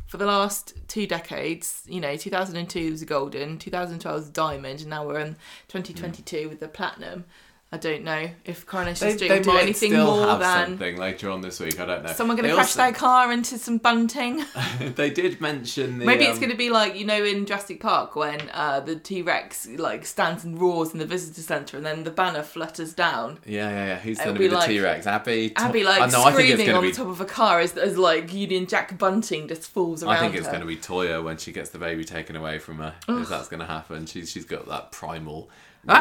B: for the last two decades, you know, two thousand and two was a golden, two thousand twelve was a diamond, and now we're in twenty
A: Mm.
B: twenty-two with the platinum. I don't know if Coronation Street will do anything more than.
A: something later on this week. I don't know.
B: Someone going
A: They
B: to crash
A: also-
B: their car into some bunting.
A: They did mention [LAUGHS] the.
B: Maybe it's
A: um,
B: going to be like you know in Jurassic Park when uh, the T Rex like stands and roars in the visitor centre, and then the banner flutters down.
A: Yeah, yeah, yeah. Who's going
B: It'll
A: to
B: be
A: be the
B: like-
A: T Rex? Abby. Tom-
B: Abby like
A: oh, no, I think it's
B: screaming
A: going
B: on
A: to be.
B: the top of a car as, as like Union Jack Bunting just falls around.
A: I think it's
B: her.
A: going to be Toya when she gets the baby taken away from her. If that's going to happen, she's she's got that primal.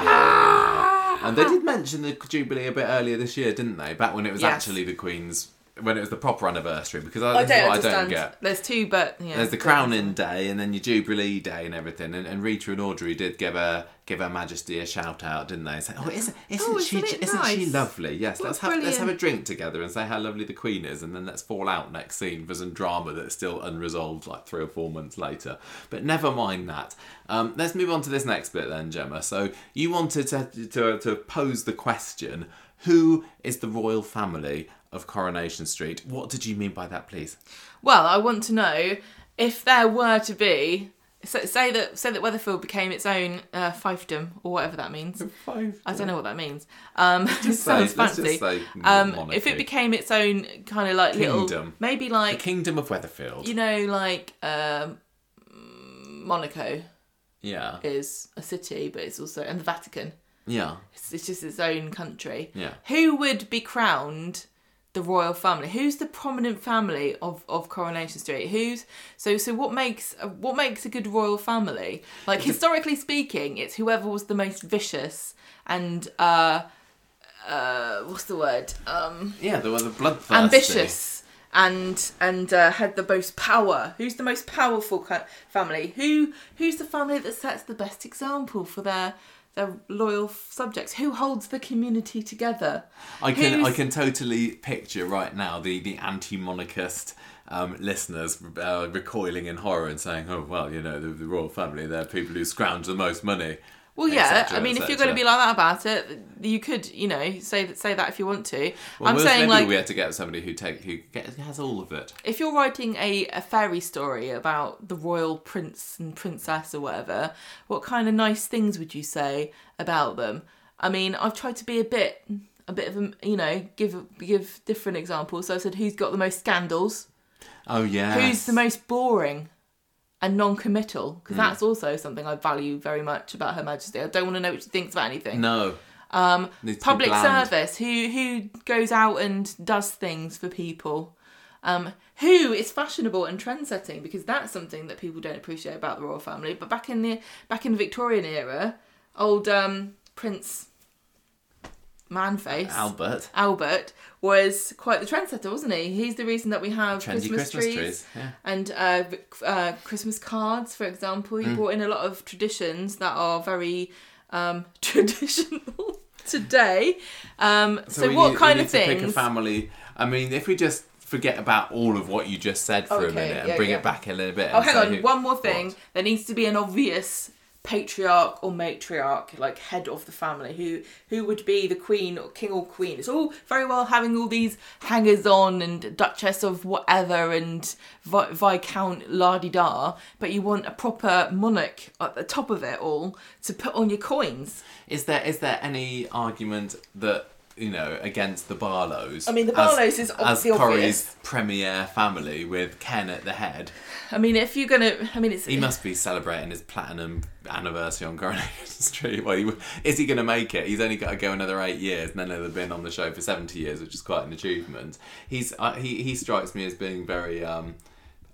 B: Ah!
A: And they did mention the Jubilee a bit earlier this year, didn't they? Back when it was
B: Yes.
A: actually the Queen's, when it was the proper anniversary. Because I,
B: I
A: this is
B: don't
A: what
B: understand.
A: I don't get.
B: There's two, but yeah.
A: There's the crowning day and then your jubilee day and everything. And, and Rita and Audrey did give her give her Majesty a shout out, didn't they? Say, oh, isn't isn't
B: Oh,
A: she
B: isn't it
A: isn't she
B: nice?
A: lovely? Yes,
B: What
A: let's have let's have a
B: brilliant.
A: drink together and say how lovely the Queen is, and then let's fall out next scene for some drama that's still unresolved, like three or four months later. But never mind that. Um, let's move on to this next bit then, Gemma. So you wanted to to, to pose the question: Who is the royal family? Of Coronation Street. What did you mean by that, please? [LAUGHS]
B: Well, I want to know if there were to be so, say that say that Weatherfield became its own uh, fiefdom or whatever that means.
A: Five.
B: I don't know what that means. Um, [LAUGHS] it sounds
A: say- let's
B: fancy.
A: just say
B: um,
A: monarchy.
B: if it became its own kind of like little,
A: Kingdom.
B: maybe
A: The
B: like
A: Kingdom of Weatherfield.
B: you know, like um, Monaco
A: yeah.
B: is a city, but it's also and the Vatican.
A: yeah.
B: It's, it's just its own country.
A: Yeah.
B: Who would be crowned the royal family? Who's the prominent family of, of Coronation Street? Who's so so? What makes a- what makes a good royal family? Like historically speaking, it's whoever was the most vicious and uh, uh, what's the word? Um,
A: Yeah, there was a bloodthirsty.
B: ambitious and and uh, had the most power. Who's the most powerful co- family? Who who's the family that sets the best example for their their loyal f- subjects? Who holds the community together?
A: I can I
B: Who's-
A: can totally picture right now the the anti-monarchist um, listeners uh, recoiling in horror and saying, "Oh well, you know, the, the royal family, they're people who scrounge the most money."
B: Well, yeah.
A: etc.,
B: I mean, if you're
A: etc.
B: going to be like that about it, you could, you know, say that say that if you want to.
A: Well,
B: I'm
A: Will
B: saying
A: Smith,
B: like
A: we had to get somebody who take who gets, has all of it.
B: if you're writing a, a fairy story about the royal prince and princess or whatever, what kind of nice things would you say about them? I mean, I've tried to be a bit, a bit of a, you know, give give different examples. So I said, who's got the most scandals?
A: Oh yeah.
B: Who's the most boring and non-committal? Because that's also something I value very much about Her Majesty. I don't want to know what she thinks about anything
A: No. Um,
B: public service who who goes out and does things for people um who is fashionable and trend setting because that's something that people don't appreciate about the royal family but back in the back in the victorian era old um prince manface
A: Albert.
B: albert was quite the trendsetter wasn't he he's the reason that we have
A: Trendy
B: christmas, trees,
A: Yeah.
B: and uh, vic- uh, Christmas cards, for
A: Mm.
B: example. He brought in a lot of traditions that are very um, [LAUGHS] traditional. today. Um, so,
A: we
B: what
A: need- we
B: kind
A: need
B: of
A: to Pick a
B: things?
A: family. I mean, if we just forget about all of what you just said for a
B: Okay,
A: minute
B: yeah,
A: and bring
B: yeah.
A: it back a little bit.
B: Oh,
A: and
B: hang
A: say
B: on,
A: who-
B: one more thing.
A: what?
B: There needs to be an obvious patriarch or matriarch, like head of the family, who who would be the queen or king or queen. It's all very well having all these hangers on and duchess of whatever and vi- viscount la di da, but you want a proper monarch at the top of it all to put on your coins.
A: Is there is there any argument that you know against the Barlows? I
B: mean, the Barlows is ob-
A: as
B: the
A: Corrie's
B: obvious.
A: premier family with Ken at the head.
B: I mean, if you're gonna, I mean, it's
A: He must be celebrating his platinum anniversary on Coronation [LAUGHS] Street. Well, he, is he going to make it? He's only got to go another eight years, and then he'll have been on the show for seventy years, which is quite an achievement. He's uh, he he strikes me as being very um,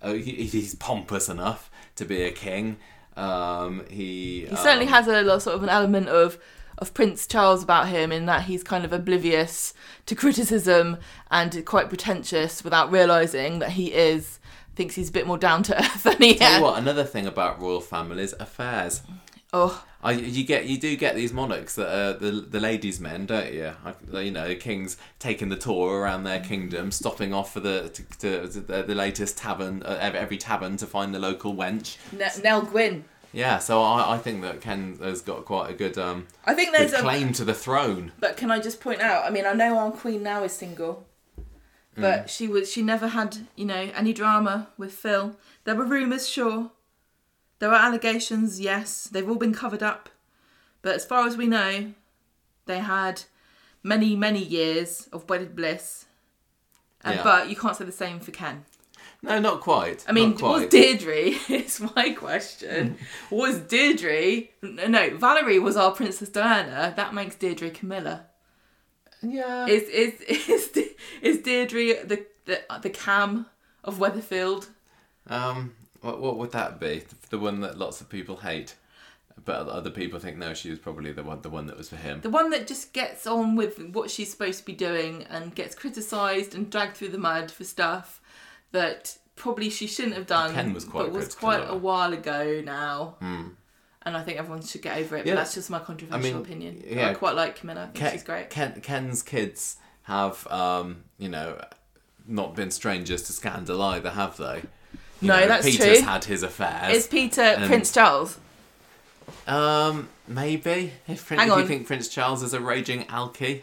A: uh, he, he's pompous enough to be a king. Um, he
B: He certainly has a lo- sort of an element of of Prince Charles about him in that he's kind of oblivious to criticism and quite pretentious without realizing that he is thinks he's a bit more down to earth than he
A: Tell
B: is.
A: you what, another thing about royal families affairs.
B: Oh,
A: I, you get you do get these monarchs that are the the ladies' men, don't you? I, they- you know, the kings taking the tour around their kingdom, stopping off for the to, to, to the, the latest tavern, uh, ev- every tavern to find the local wench.
B: N- Nell Gwyn.
A: Yeah, so I, I think that Ken has got quite a good um
B: I think
A: good
B: there's a
A: claim to the throne.
B: But can I just point out? I mean, I know our queen now is single, but
A: Mm.
B: she was she never had you know any drama with Phil. There were rumours, sure. There were allegations, yes. They've all been covered up, but as far as we know, they had many many years of wedded bliss. And,
A: Yeah.
B: But you can't say the same for Ken.
A: No, not quite.
B: I mean,
A: not quite.
B: was Deirdre? [LAUGHS] It's my question.
A: [LAUGHS]
B: was Deirdre? No, Valerie was our Princess Diana. That makes Deirdre Camilla.
A: yeah.
B: Is is [LAUGHS] is is Deirdre the the, the cam of Weatherfield?
A: Um, what what would that be? The, the one that lots of people hate, but other people think no, she was probably the one the one that was for him.
B: The one that just gets on with what she's supposed to be doing and gets criticised and dragged through the mud for stuff that probably she shouldn't have done.
A: Ken was quite
B: but was
A: critical
B: quite
A: of
B: a
A: her.
B: while ago now. And I think everyone should get over it.
A: Hmm. Yeah.
B: But that's just my controversial
A: I mean,
B: opinion.
A: yeah.
B: I quite like Camilla. I think
A: Ken,
B: she's great.
A: Ken, Ken's kids have, um, you know, not been strangers to scandal either, have they? You
B: No,
A: know,
B: that's
A: Peter's
B: true.
A: had his
B: Is
A: affairs.
B: Peter
A: and-
B: Prince Charles?
A: Um, maybe if, Prin-
B: Hang
A: if you
B: on.
A: think Prince Charles is a raging alky,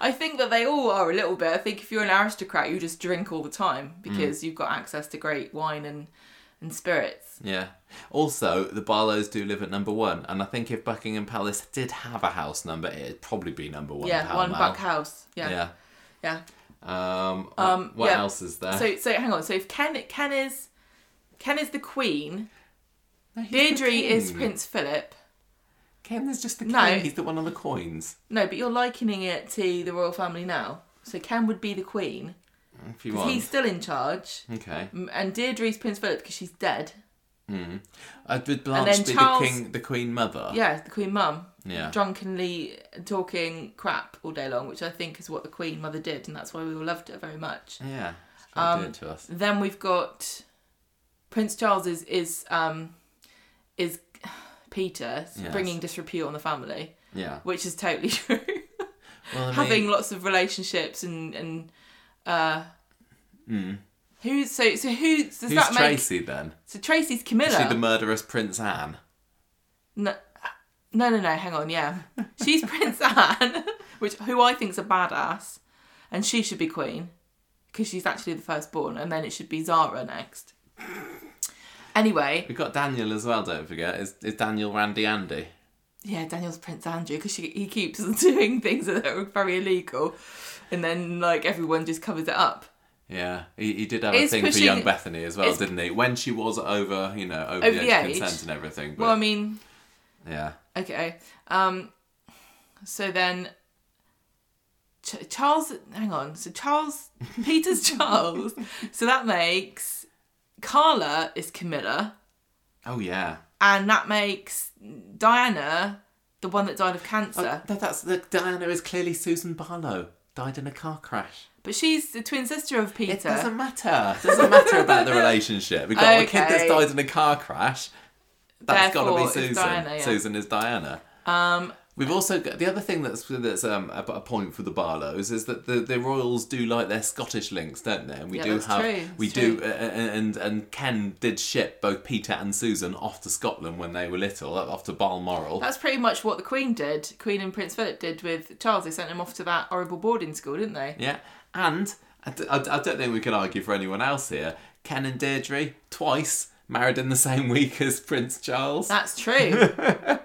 B: I think that they all are a little bit. I think if you're an aristocrat, you just drink all the time because you've got access to great wine and and spirits.
A: yeah. Also, the Barlows do live at number one, and I think if Buckingham Palace did have a house number, it'd probably be number one.
B: yeah,
A: Pall
B: one
A: Mall.
B: buck house. Yeah, yeah.
A: Yeah. Um,
B: Um,
A: what
B: yeah.
A: else is there?
B: So so hang on. So if Ken Ken is Ken is the queen,
A: No, he's the
B: Deirdre is
A: king.
B: Prince Philip.
A: Ken is just the king.
B: No.
A: He's the one on the coins.
B: No, but you're likening it to the royal family now. So Ken would be the queen.
A: If you
B: 'cause
A: want.
B: He's still in charge.
A: Okay.
B: M- And Deirdre's Prince Philip because she's dead.
A: Uh, would Blanche
B: then
A: be
B: Charles-
A: the king, the queen mother?
B: Yeah, the Queen Mum.
A: Yeah.
B: Drunkenly talking crap all day long, which I think is what the Queen Mother did, and that's why we all loved her very much.
A: Yeah. She
B: Um,
A: did to us.
B: Then we've got Prince Charles is is um is Peter
A: Yes.
B: bringing disrepute on the family,
A: Yeah.
B: which is totally [LAUGHS] true.
A: Well, I
B: Having
A: mean,
B: lots of relationships and and uh. Who's so so who does
A: Hmm. who's
B: that make
A: Tracy then?
B: so Tracy's
A: Is
B: Camilla?
A: she the murderous Prince Anne?
B: No, no, no, no. Hang on. Yeah, she's Prince Anne, which who I think's a badass, and she should be queen because she's actually the firstborn, and then it should be Zara next. Anyway,
A: We've got Daniel as well. Don't forget, is is Daniel Randy Andy?
B: yeah, Daniel's Prince Andrew because he keeps [LAUGHS] doing things that are very illegal, and then like everyone just covers it up.
A: Yeah, he, he did have
B: It's
A: a thing
B: pushing-
A: for young Bethany as well,
B: it's-
A: didn't he? When she was over, you know, over,
B: Over
A: the
B: the
A: age of
B: age.
A: consent and everything. But
B: Well, um, I mean,
A: yeah,
B: okay. Um, so then. Ch- Charles, hang on.
A: [LAUGHS]
B: So Charles, Peter's Charles. So that makes Carla is Camilla,
A: oh yeah,
B: and that makes Diana the one that died of cancer.
A: no, that's the Diana is clearly Susan Barlow. Died in a car crash.
B: But she's the twin sister of Peter.
A: It doesn't matter. It [LAUGHS] doesn't matter about the relationship. We've got a kid that's
B: Okay.
A: died in a car crash. That's got to
B: Therefore,
A: be
B: it's
A: Susan.
B: Diana, yeah.
A: Susan is Diana.
B: Um,
A: We've also got the other thing that's that's um, a, a point for the Barlows is that the, the royals do like their Scottish links, don't they? And we
B: Yeah,
A: do
B: that's
A: have
B: true,
A: we
B: that's
A: do
B: true.
A: uh, and and Ken did ship both Peter and Susan off to Scotland when they were little, off to Balmoral.
B: That's pretty much what the Queen did. Queen and Prince Philip did with Charles. They sent him off to that horrible boarding school, didn't they?
A: Yeah, and I, d- I d- I don't think we can argue for anyone else here. Ken and Deirdre twice married in the same [LAUGHS] week as Prince Charles.
B: That's
A: [LAUGHS]
B: true.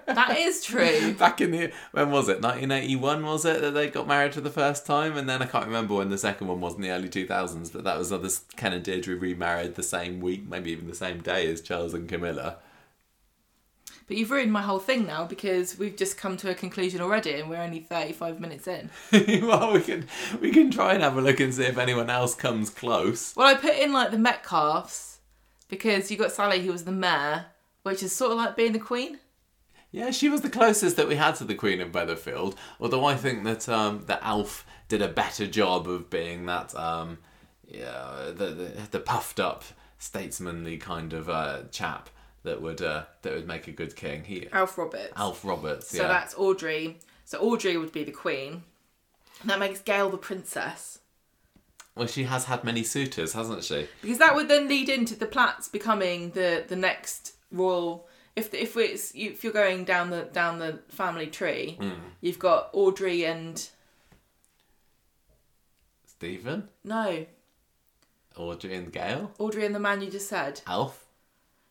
B: that is true.
A: Back in the when was it? 1981 was it that they got married for the first time, and then I can't remember when the second one was in the early 2000s. But that was other Ken and Deirdre remarried the same week, maybe even the same day as Charles and Camilla. [LAUGHS]
B: But you've ruined my whole thing now because we've just come to a conclusion already and we're only 35 minutes in.
A: well, we can we can try and have a look and see if anyone else comes close.
B: Well, I put in like the Metcalfs because you got Sally, who was the mayor, which is sort of like being the queen.
A: Yeah, she was the closest that we had to the Queen of Weatherfield. Although I think that um, that Alf did a better job of being that um, yeah, the, the the puffed up statesmanly kind of uh, chap that would uh, that would make a good king. He
B: Alf Roberts.
A: Alf Roberts.
B: So
A: yeah.
B: that's Audrey. So Audrey would be the queen. And that makes Gail the princess.
A: well, she has had many suitors, hasn't she?
B: Because that would then lead into the Platts becoming the the next royal. If if it's you, if you're going down the down the family tree,
A: Mm.
B: you've got Audrey and
A: Stephen,
B: no
A: Audrey, and Gail.
B: Audrey and the man you just said.
A: Alf.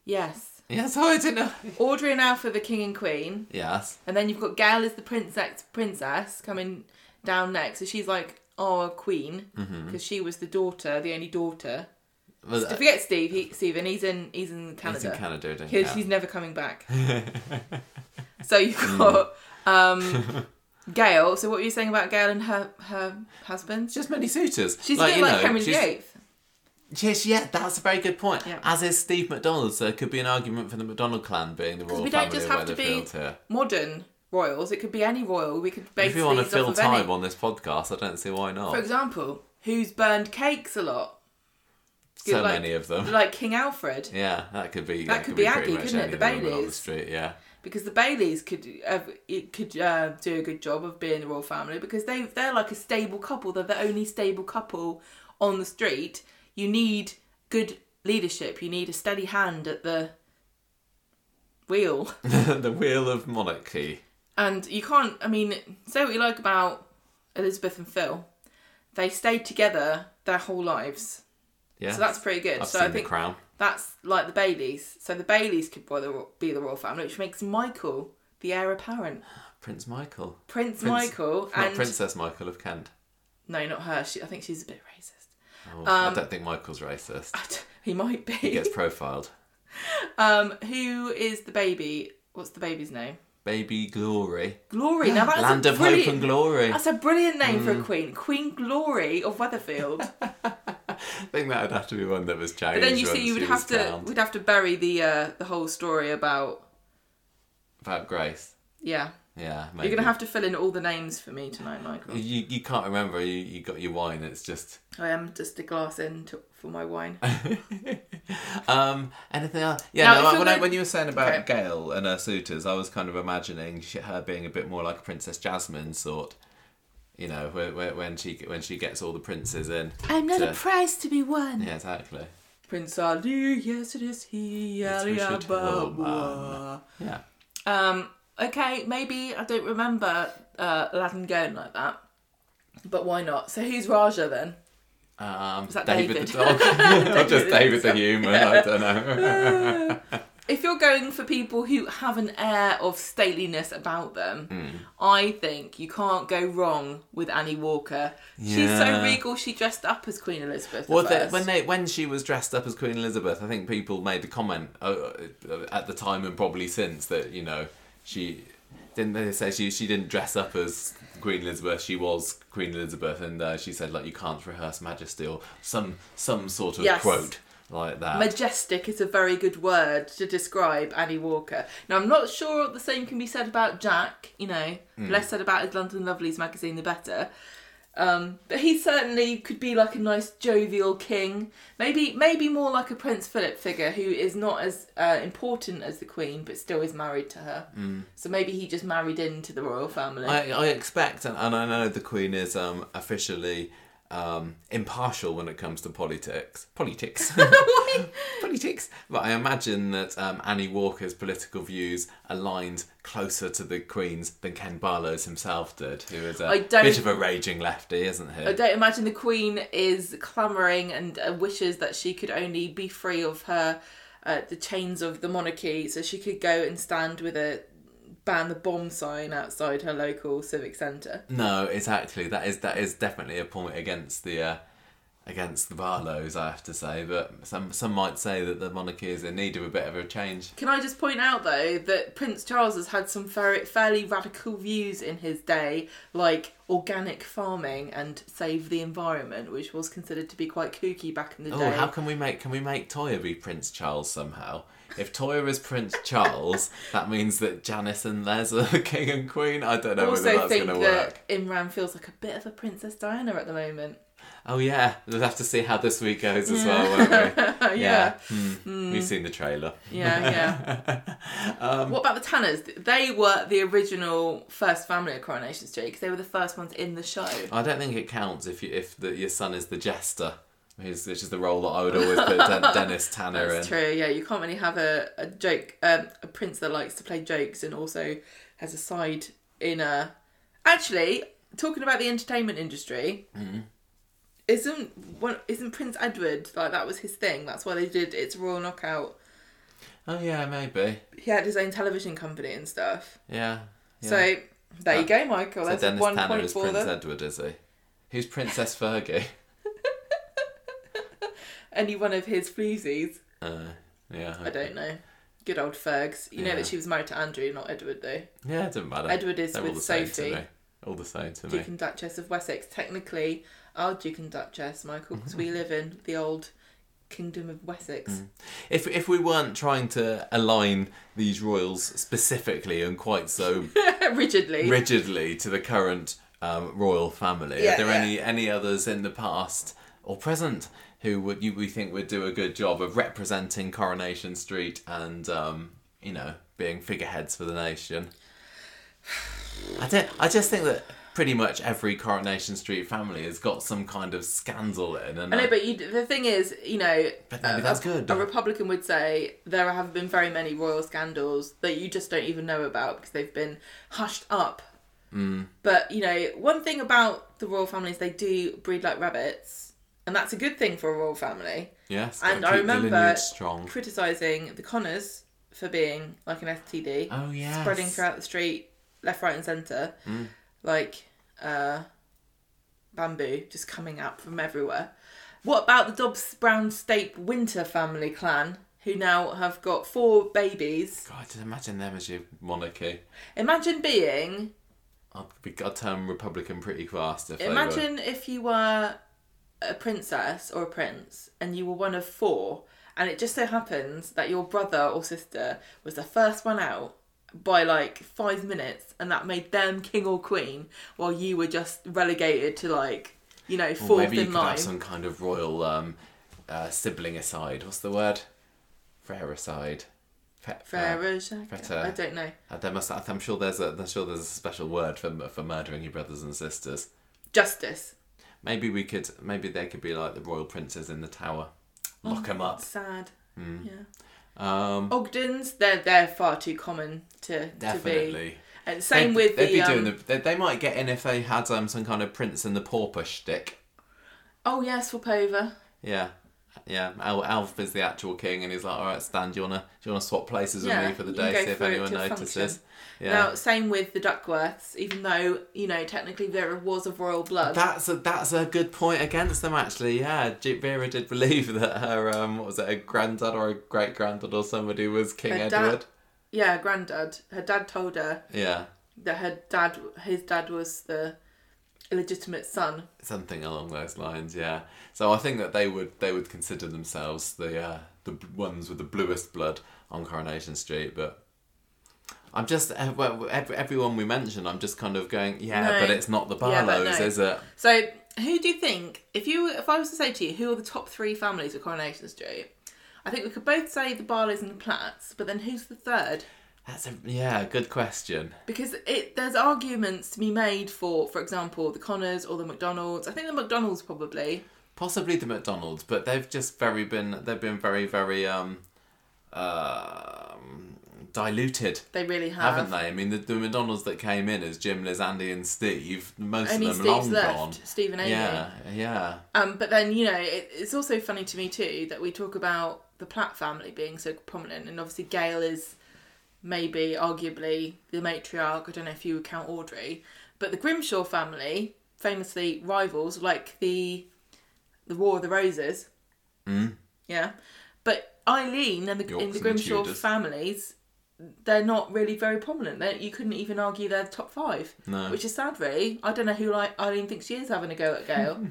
B: Yes,
A: Yes, oh, I didn't know. [LAUGHS]
B: Audrey and Alf are the king and queen,
A: yes.
B: and then you've got Gail as the princess princess coming down next. So she's like our queen because
A: Mm-hmm.
B: she was the daughter, the only daughter.
A: Well,
B: Don't forget Steve. He, Stephen. He's in. He's in Canada.
A: he's in Canada, didn't
B: because she's never
A: [LAUGHS]
B: coming back. so
A: Hmm.
B: you've got
A: [LAUGHS]
B: um, Gail. So what were you saying about Gail and her her husband?
A: just many suitors.
B: She's a bit
A: you
B: like
A: know,
B: Henry
A: she's-
B: VIII.
A: Yes, yeah, that's a very good point.
B: Yeah.
A: As is Steve McDonald, so there could be an argument for the McDonald clan being the royal
B: we
A: family
B: don't just
A: of
B: have to be-
A: Weatherfield here.
B: Modern royals. It could be any royal. We could base
A: If you want to
B: these off
A: fill
B: of
A: time
B: any.
A: on this podcast, I don't see why
B: For
A: not.
B: example, who's burned cakes a lot?
A: So
B: like-
A: many of them.
B: Like King Alfred,
A: Yeah, that could be. That,
B: could be
A: pretty
B: Aggie,
A: much
B: couldn't it? The
A: any woman on the
B: Baileys.
A: street, yeah. [LAUGHS]
B: because the Baileys could uh, it could uh, do a good job of being the royal family because they they're like a stable couple. They're the only stable couple on the street. You need good leadership. You need a steady hand at the
A: [LAUGHS]
B: wheel,
A: the wheel of monarchy.
B: and you can't. I mean, say what you like about Elizabeth and Phil, they stayed together their whole lives,
A: Yeah.
B: so that's pretty good.
A: I've
B: so
A: seen
B: I think
A: the crown.
B: that's like the Baileys. So the Baileys could be the, be the royal family, which makes Michael the heir apparent.
A: Prince Michael.
B: Prince,
A: Prince-
B: Michael
A: Not
B: and
A: Princess Michael of Kent.
B: no, not her. She, I think she's a bit racist. [LAUGHS]
A: Oh,
B: Um,
A: I don't think Michael's racist.
B: he might be.
A: He gets profiled.
B: Um, who is the baby? What's the baby's name?
A: Baby Glory.
B: Glory. Now that's
A: Land
B: a
A: of
B: brilliant,
A: Hope and Glory. Mm.
B: That's a brilliant name for a queen. Queen Glory of Weatherfield.
A: [LAUGHS] I think that would have to be one that was changed.
B: But then you
A: once
B: see, you would
A: she
B: have
A: was
B: to
A: crowned.
B: we'd have to bury the uh, the whole story about
A: About Grace.
B: yeah.
A: Yeah, maybe.
B: You're gonna have to fill in all the names for me tonight, Michael.
A: You, you can't remember. You, you got your wine. It's just.
B: I am just a glass in to, for my wine.
A: Um, anything else? Yeah,
B: Now,
A: no,
B: if
A: I-
B: you're
A: when, I,
B: going-
A: when you were saying about
B: Okay.
A: Gail and her suitors, I was kind of imagining she, her being a bit more like a Princess Jasmine sort. You know, where, where, when she when she gets all the princes in.
B: I'm not
A: Yeah.
B: a prize to be won.
A: Yeah, exactly.
B: Prince Ali, yes it is he, Ali
A: Richard
B: Ababa.
A: Yeah.
B: Um, okay, maybe I don't remember uh, Aladdin going like that, but why not? So who's Raja then?
A: Um,
B: that
A: David,
B: David?
A: the dog, [LAUGHS]
B: [LAUGHS]
A: or just David
B: David
A: the human. I don't know.
B: [LAUGHS] If you're going for people who have an air of stateliness about them,
A: Hmm.
B: I think you can't go wrong with Annie Walker. She's so
A: Yeah.
B: regal. She dressed up as Queen Elizabeth.
A: Well,
B: at
A: the,
B: first.
A: when they when she was dressed up as Queen Elizabeth, I think people made the comment uh, uh, at the time and probably since that you know she didn't they say she she didn't dress up as Queen Elizabeth. She was Queen Elizabeth, and uh, she said like you can't rehearse Majesty or some some sort of
B: Yes.
A: quote like that.
B: Majestic is a very good word to describe Annie Walker. Now, I'm not sure the same can be said about Jack, you know, the less said about his London Lovelies magazine, the better. Um, but he certainly could be like a nice jovial king, maybe maybe more like a Prince Philip figure who is not as uh, important as the Queen, but still is married to her. Mm. So maybe he just married into the royal family.
A: I, I expect, and, and I know the Queen is um, officially um, impartial when it comes to politics.
B: [LAUGHS]
A: Politics. politics. But I imagine that um, Annie Walker's political views aligned closer to the Queen's than Ken Barlow's himself did, who is
B: I
A: a
B: don't-
A: bit of a raging lefty, isn't he?
B: I don't imagine the Queen is clamouring and uh, wishes that she could only be free of her uh, the chains of the monarchy, so she could go and stand with a ban the bomb sign outside her local civic centre.
A: No, exactly. That is that is definitely a point against the uh, against the Barlows, I have to say. But some some might say that the monarchy is in need of a bit of a change.
B: Can I just point out though that Prince Charles has had some fair- fairly radical views in his day, like organic farming and save the environment, which was considered to be quite kooky back in the
A: Oh,
B: day.
A: how can we make can we make Toya be Prince Charles somehow? If Toya is Prince Charles, that means that Janice and Les are [LAUGHS] the king and queen. I don't
B: I
A: know whether
B: also
A: that's
B: think
A: going
B: that
A: to work.
B: Imran feels like a bit of a Princess Diana at the moment. [LAUGHS]
A: Oh yeah, we'll have to see how this week goes as well, won't we?
B: [LAUGHS] yeah. yeah.
A: Hmm. We've seen the trailer.
B: Yeah, yeah.
A: [LAUGHS] um,
B: what about the Tanners? They were the original first family of Coronation Street because they were the first ones in the show.
A: I don't think it counts if you, if the, your son is the jester, who's, which is the role that I would always put
B: [LAUGHS]
A: Den- Dennis Tanner
B: That's
A: in.
B: true. Yeah, you can't really have a a joke, um, a prince that likes to play jokes and also has a side in a. Actually, talking about the entertainment industry,
A: Mm-hmm.
B: isn't one isn't Prince Edward like that was his thing? That's why they did its Royal Knockout.
A: Oh yeah, maybe.
B: He had his own television company and stuff.
A: Yeah. yeah. Uh,
B: So there you go, Michael.
A: So
B: That's
A: Dennis
B: one
A: Tanner
B: point
A: is
B: for
A: Prince
B: them.
A: Edward, is he? Who's
B: [LAUGHS]
A: Princess Fergie?
B: Any one of his floozies.
A: Uh, yeah.
B: I don't know. Good old Fergs. You know
A: Yeah.
B: that she was married to Andrew, not Edward, though.
A: Yeah, it doesn't matter.
B: Edward is
A: They're all
B: with
A: the same
B: Sophie.
A: to me. All the same to me.
B: Duke and Duchess of Wessex. Technically, our Duke and Duchess, Michael, because we live in the old Kingdom of Wessex.
A: If if we weren't trying to align these royals specifically and quite so
B: [LAUGHS] Rigidly.
A: rigidly to the current um, royal family.
B: Yeah,
A: Are there
B: yeah.
A: any any others in the past or present who would you we think would do a good job of representing Coronation Street and um, you know being figureheads for the nation? I don't, I just think that pretty much every Coronation Street family has got some kind of scandal in, and
B: I know,
A: I-
B: but you, the thing is, you know,
A: But maybe
B: a-
A: that's
B: a,
A: good.
B: A Republican would say there have been very many royal scandals that you just don't even know about because they've been hushed up.
A: Hmm.
B: But you know, one thing about the royal families, they do breed like rabbits, and that's a good thing for a royal family.
A: yes,
B: and
A: gotta
B: I
A: keep the
B: remember-
A: lineage strong.
B: Criticizing the Connors for being like an STD.
A: Oh yeah,
B: spreading throughout the street, left, right, and centre, like uh, bamboo just coming out from everywhere. What about the Dobbs Brown Stape Winter family clan, who now have got four babies?
A: God, just imagine them as your monarchy.
B: Imagine being,
A: I'd, be, I'd turn Republican pretty fast if they were.
B: imagine if you were a princess or a prince and you were one of four, and it just so happens that your brother or sister was the first one out by like five minutes, and that made them king or queen, while you were just relegated to like, you know,
A: Or
B: fourth
A: maybe you
B: in
A: could
B: line.
A: have some uh, kind of royal um, uh, sibling aside. What's the word? Frere aside. Fe- uh,
B: Fairer,
A: better.
B: I don't know.
A: uh, there must. I'm sure there's a. I'm sure there's a special word for for murdering your brothers and sisters.
B: Justice.
A: Maybe we could. Maybe they could be like the royal princes in the tower.
B: Mm.
A: Lock 'em up.
B: Sad.
A: Hmm.
B: Yeah.
A: Um,
B: Ogdens, they're they're far too common to to be.
A: definitely.
B: And
A: They'd-
B: same with
A: they'd
B: the,
A: be
B: um,
A: doing the. They, they might get in if they had um, some kind of prince and the pauper shtick.
B: oh yes, Wapova.
A: Yeah. Yeah, Al- Alf is the actual king, and he's like, "All right, Stan, do you wanna do you wanna swap places with
B: Yeah,
A: me for the
B: you can
A: day?
B: go
A: See if
B: for it
A: anyone
B: to
A: notices."
B: function.
A: Yeah,
B: Now, same with the Duckworths, even though, you know, technically there was of royal blood.
A: That's a that's a good point against them actually. Yeah, G- Vera did believe [LAUGHS] that her um what was it a granddad or a great granddad or somebody was King
B: Her dad-
A: Edward.
B: yeah, granddad. Her dad told her
A: Yeah,
B: that her dad, his dad was the illegitimate son.
A: something along those lines. Yeah, so I think that they would they would consider themselves the uh, the b- ones with the bluest blood on Coronation Street, but I'm just eh, well, ev- everyone we mention. I'm just kind of going, yeah,
B: No.
A: but it's not the
B: Yeah, but
A: Barlows,
B: no.
A: is it?
B: So, who do you think, if you, if I was to say to you, who are the top three families of Coronation Street? I think we could both say the Barlows and the Platts, but then who's the third?
A: That's a yeah, good question.
B: Because it there's arguments to be made for, for example, the Connors or the McDonalds. I think the McDonalds probably.
A: Possibly the McDonald's, but they've just very been they've been very very um, um diluted.
B: They really have.
A: Haven't they? I mean, the, the McDonald's that came in as Jim, Liz, Andy, and Steve, most
B: Only
A: of them
B: Steve's
A: long
B: left.
A: gone.
B: Steve and Amy.
A: Yeah, yeah.
B: Um, but then you know, it, it's also funny to me too that we talk about the Platt family being so prominent, and obviously Gail is maybe arguably the matriarch. I don't know if you would count Audrey, but the Grimshaw family, famously rivals, like the the War of the Roses. Mm. Yeah, but Eileen and the in
A: Yorks
B: the
A: and the
B: Grimshaw
A: Tudors.
B: families, they're not really very prominent. They, you couldn't even argue they're the top five,
A: No.
B: which is sad, really. I don't know who like Eileen thinks she is having a go at Gail.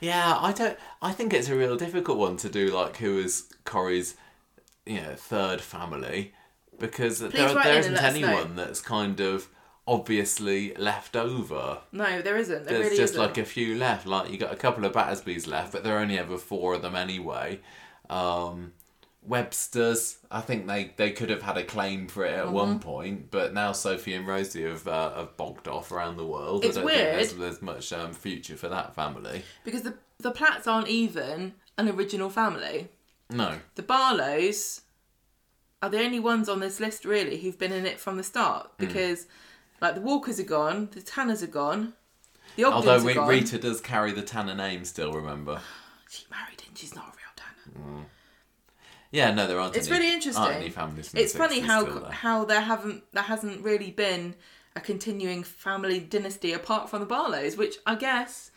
A: Yeah, I don't. I think it's a real difficult one to do. Like, who is Corrie's, you know, third family? Because there,
B: write
A: there isn't
B: in and let us know.
A: anyone that's kind of obviously left over.
B: No, there isn't. There
A: There's
B: really
A: just
B: isn't.
A: like a few left. Like you got a couple of Battersby's left, but there are only ever four of them anyway. Um, Webster's, I think they, they could have had a claim for it at
B: Mm-hmm.
A: one point, but now Sophie and Rosie have uh, have bogged off around the world.
B: It's
A: I don't
B: weird.
A: think there's, there's much um, future for that family.
B: because the the Platts aren't even an original family.
A: No.
B: The Barlows are the only ones on this list really who've been in it from the start
A: Hmm.
B: because like the Walkers are gone, the Tanners are gone, the Ogdens
A: Although
B: are
A: we,
B: gone.
A: Rita does carry the Tanner name still, remember?
B: She married and she's not a real
A: Mm,
B: Tanner.
A: Yeah, no, there aren't.
B: It's
A: any,
B: really interesting.
A: Aren't any families from the
B: It's funny
A: 60s
B: how
A: still there.
B: how there haven't there hasn't really been a continuing family dynasty apart from the Barlows, which I guess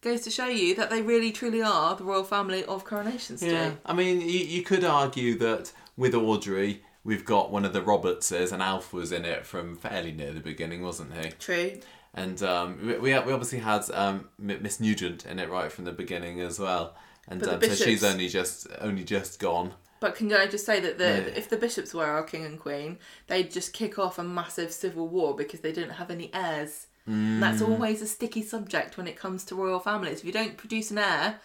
B: goes to show you that they really truly are the royal family of Coronation Street.
A: Yeah, I mean, you, you could argue that with Audrey, we've got one of the Robertses, and Alf was in it from fairly near the beginning, wasn't he?
B: True.
A: And um, we, we obviously had um, M- Miss Nugent in it right from the beginning as well, and
B: But the
A: um, so she's
B: bishops-
A: only just only just gone.
B: But can I just say that the,
A: Yeah.
B: if the bishops were our king and queen, they'd just kick off a massive civil war because they didn't have any heirs. And that's
A: Mm.
B: always a sticky subject when it comes to royal families. If you don't produce an heir,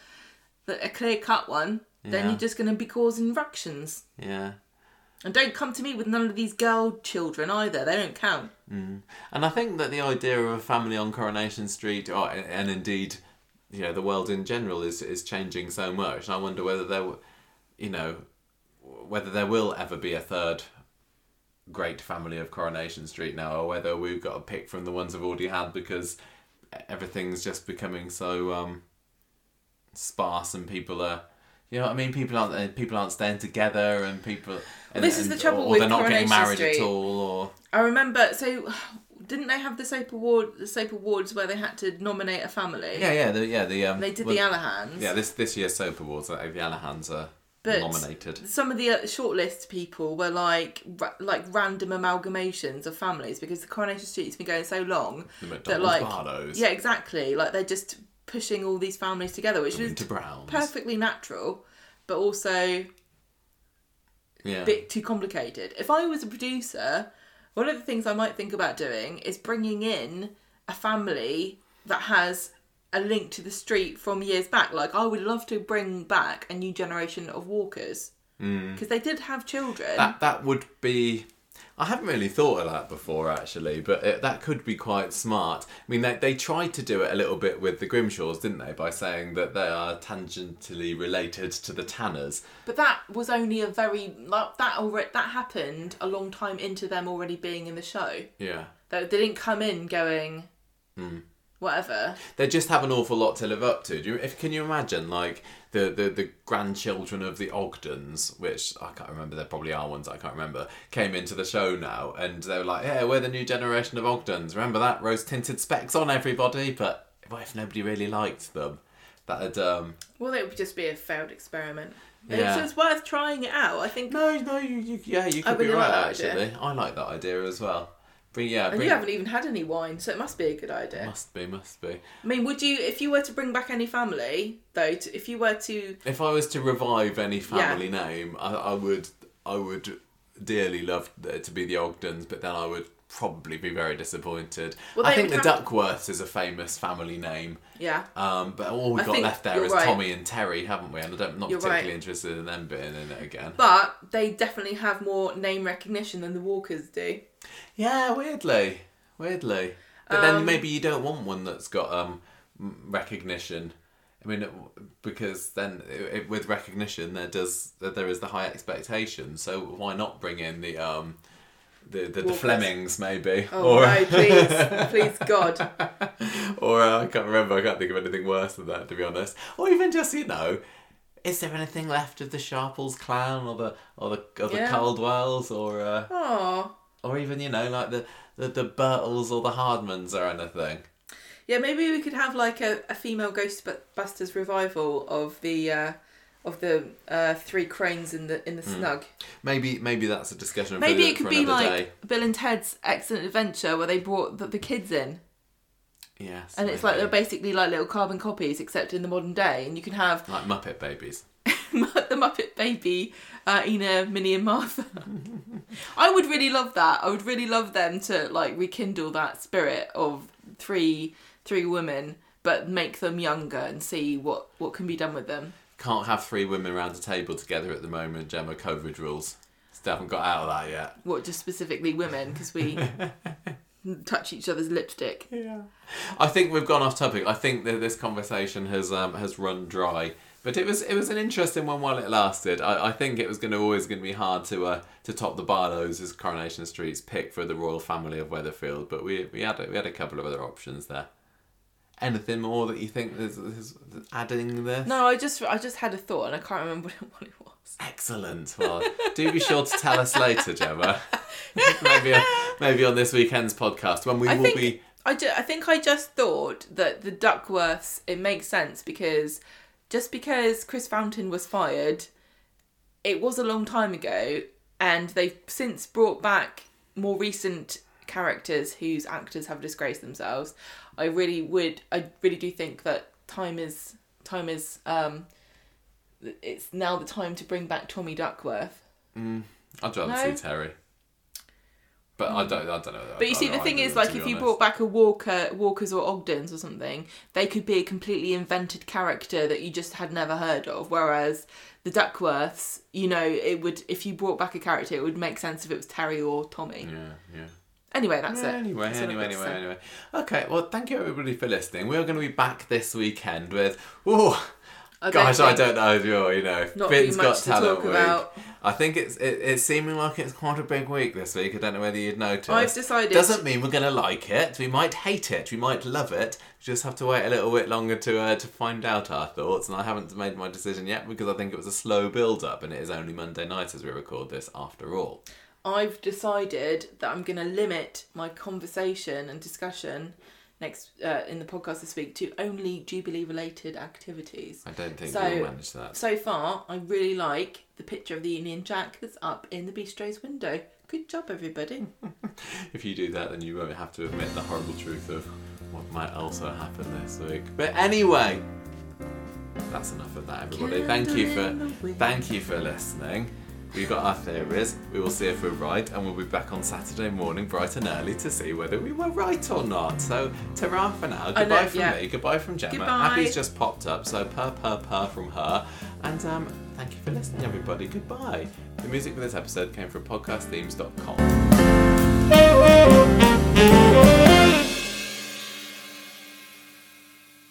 B: that a clear cut one, then
A: Yeah.
B: you're just going to be causing ructions.
A: Yeah.
B: And don't come to me with none of these girl children either. They don't count.
A: And I think that the idea of a family on Coronation Street, or, and indeed, you know, the world in general is is changing so much. And I wonder whether there, w- you know, whether there will ever be a third great family of Coronation Street now, or whether we've got to pick from the ones we've already had because everything's just becoming so um, sparse and people are. You know what I mean? People aren't uh, people aren't staying together, and people. and-
B: this is
A: and-
B: the trouble
A: or,
B: with
A: they're not getting
B: Coronation
A: married
B: Street.
A: at all, or
B: I remember. So, didn't they have the soap award, the soap awards where they had to nominate a family?
A: yeah, yeah, the, yeah. The um,
B: They did
A: well,
B: the Alahans.
A: Yeah, this this year's soap awards, like, the Alahans are
B: But-
A: nominated.
B: some of the uh, shortlist people were like ra- like random amalgamations of families because the Coronation Street's been going so long
A: The
B: that
A: McDonald's,
B: like
A: Bardos,
B: yeah exactly like they're just pushing all these families together which is
A: into Browns.
B: perfectly natural but also a
A: yeah.
B: bit too complicated. If I was a producer, one of the things I might think about doing is bringing in a family that has a link to the street from years back. Like I would love to bring back a new generation of walkers. Because they did have children.
A: that that would be. I haven't really thought of that before, actually, but it, that could be quite smart. I mean, they, they tried to do it a little bit with the Grimshaws, didn't they, by saying that they are tangentially related to the Tanners.
B: But that was only a very like, that already that happened a long time into them already being in the show.
A: Yeah.
B: That they didn't come in going
A: Hmm.
B: whatever.
A: they just have an awful lot to live up to. Do you, if can you imagine like the, the the grandchildren of the Ogdens, which I can't remember, there probably are ones I can't remember, came into the show now and they were like, "Yeah, we're the new generation of Ogdens. Remember that rose tinted specs on everybody." But what if nobody really liked them? That'd um.
B: Well, it would just be a failed experiment.
A: Yeah.
B: It's just worth trying it out. I think.
A: No, no, you, you yeah, you could be
B: really
A: right
B: like that
A: actually.
B: idea.
A: I like that idea as well. Bring yeah,
B: And
A: bring.
B: you haven't even had any wine, so it must be a good idea.
A: Must be, must be.
B: I mean, would you, if you were to bring back any family, though, to, if you were to
A: If I was to revive any family name, I, I would I would dearly love uh, to be the Ogdens, but then I would probably be very disappointed.
B: Well,
A: I
B: they
A: think the
B: would have-
A: Duckworths is a famous family name.
B: Yeah.
A: Um, but all we've
B: I
A: got
B: think
A: left there
B: you're
A: is
B: right.
A: Tommy and Terry, haven't we? And I don't, am not
B: You're
A: particularly
B: right.
A: interested in them being in it again.
B: But they definitely have more name recognition than the Walkers do.
A: Yeah, weirdly, weirdly. But
B: Um,
A: then maybe you don't want one that's got um m- recognition. I mean, it, because then it, it- with recognition there does there is the high expectation. So why not bring in the um the the, the
B: Walkers.
A: Flemings maybe
B: Oh no, please, please God.
A: [LAUGHS] or uh, I can't remember. I can't think of anything worse than that to be honest. Or even just you know. Is there anything left of the Sharples clan or the or the or the
B: Yeah.
A: Caldwells or uh,
B: Oh.
A: or even you know like the, the the Birtles or the Hardmans or anything?
B: Yeah, maybe we could have like a, a female Ghostbusters revival of the uh, of the uh, three cranes in the in the
A: Hmm.
B: snug.
A: Maybe maybe that's a discussion.
B: Maybe
A: for,
B: it could
A: for
B: be
A: another
B: like
A: day.
B: Bill and Ted's Excellent Adventure, where they brought the, the kids in,
A: yes,
B: and it's like they're
A: maybe.
B: basically like little carbon copies, except in the modern day. And you can have
A: like Muppet Babies.
B: [LAUGHS] the Muppet Baby, uh, Ina, Minnie, and Martha. [LAUGHS] I would really love that. I would really love them to like rekindle that spirit of three three women, but make them younger and see what what can be done with them.
A: Can't have three women round a table together at the moment. Gemma COVID rules. Still haven't got out of that yet.
B: What just specifically women because we touch each other's lipstick.
A: Yeah. I think we've gone off topic. I think that this conversation has um, has run dry. But it was it was an interesting one while it lasted. I, I think it was going to always going to be hard to uh, to top the Barlows as Coronation Street's pick for the royal family of Weatherfield. But we we had a, we had a couple of other options there. Anything more that you think is, is adding this?
B: No, I just I just had a thought and I can't remember [LAUGHS] what it was.
A: Excellent. Well, do be sure to tell us later,
B: [LAUGHS]
A: Gemma. [LAUGHS] maybe maybe on this weekend's podcast when we
B: I
A: will
B: think
A: be.
B: I, ju- I think I just thought that the Duckworths it makes sense because just because Chris Fountain was fired, it was a long time ago, and they've since brought back more recent characters whose actors have disgraced themselves. I really would. I really do think that time is time is. um It's now the time to bring back Tommy Duckworth.
A: I'd rather
B: No? Hmm.
A: see Terry. But I don't. I don't know.
B: But you see, the thing is, like, if you brought back a Walker, Walkers or Ogdens or something, they could be a completely invented character that you just had never heard of. Whereas the Duckworths, you know, it would if you brought back a character, it would make sense if it was Terry or Tommy.
A: Yeah, yeah.
B: Anyway, that's it.
A: Anyway,
B: That's all I've
A: anyway,
B: got to
A: anyway,
B: say.
A: anyway. Okay, well, thank you everybody for listening. We are going to be back this weekend with. Oh,
B: I don't
A: gosh, I
B: think-
A: don't know. if you're, You know,
B: Not
A: Finn's
B: really
A: got
B: much to
A: talent
B: talk
A: week.
B: about.
A: I think it's it, it's seeming like it's quite a big week this week. I don't know whether you'd noticed.
B: I've decided-
A: Doesn't mean we're going to like it. We might hate it. We might love it. We just have to wait a little bit longer to uh, to find out our thoughts. And I haven't made my decision yet because I think it was a slow build up, and it is only Monday night as we record this. After all.
B: I've decided that I'm going to limit my conversation and discussion next uh, in the podcast this week to only Jubilee related activities.
A: I don't think
B: So-
A: you'll manage that.
B: So far, I really like the picture of the Union Jack that's up in the bistro's window. Good job, everybody.
A: If you do that, then you won't have to admit the horrible truth of what might also happen this week. But anyway, that's enough of that, everybody. Thank you for thank you for listening. We've got our theories. We will see if we're right, and we'll be back on Saturday morning, bright and early, to see whether we were right or not. So, ta-ra for now.
B: I know,
A: Goodbye from
B: yeah.
A: me. Goodbye from Gemma.
B: Goodbye.
A: Abby's just popped up, so purr, purr, purr from her. And um, thank you for listening, everybody. Goodbye. The music for this episode came from podcastthemes.com.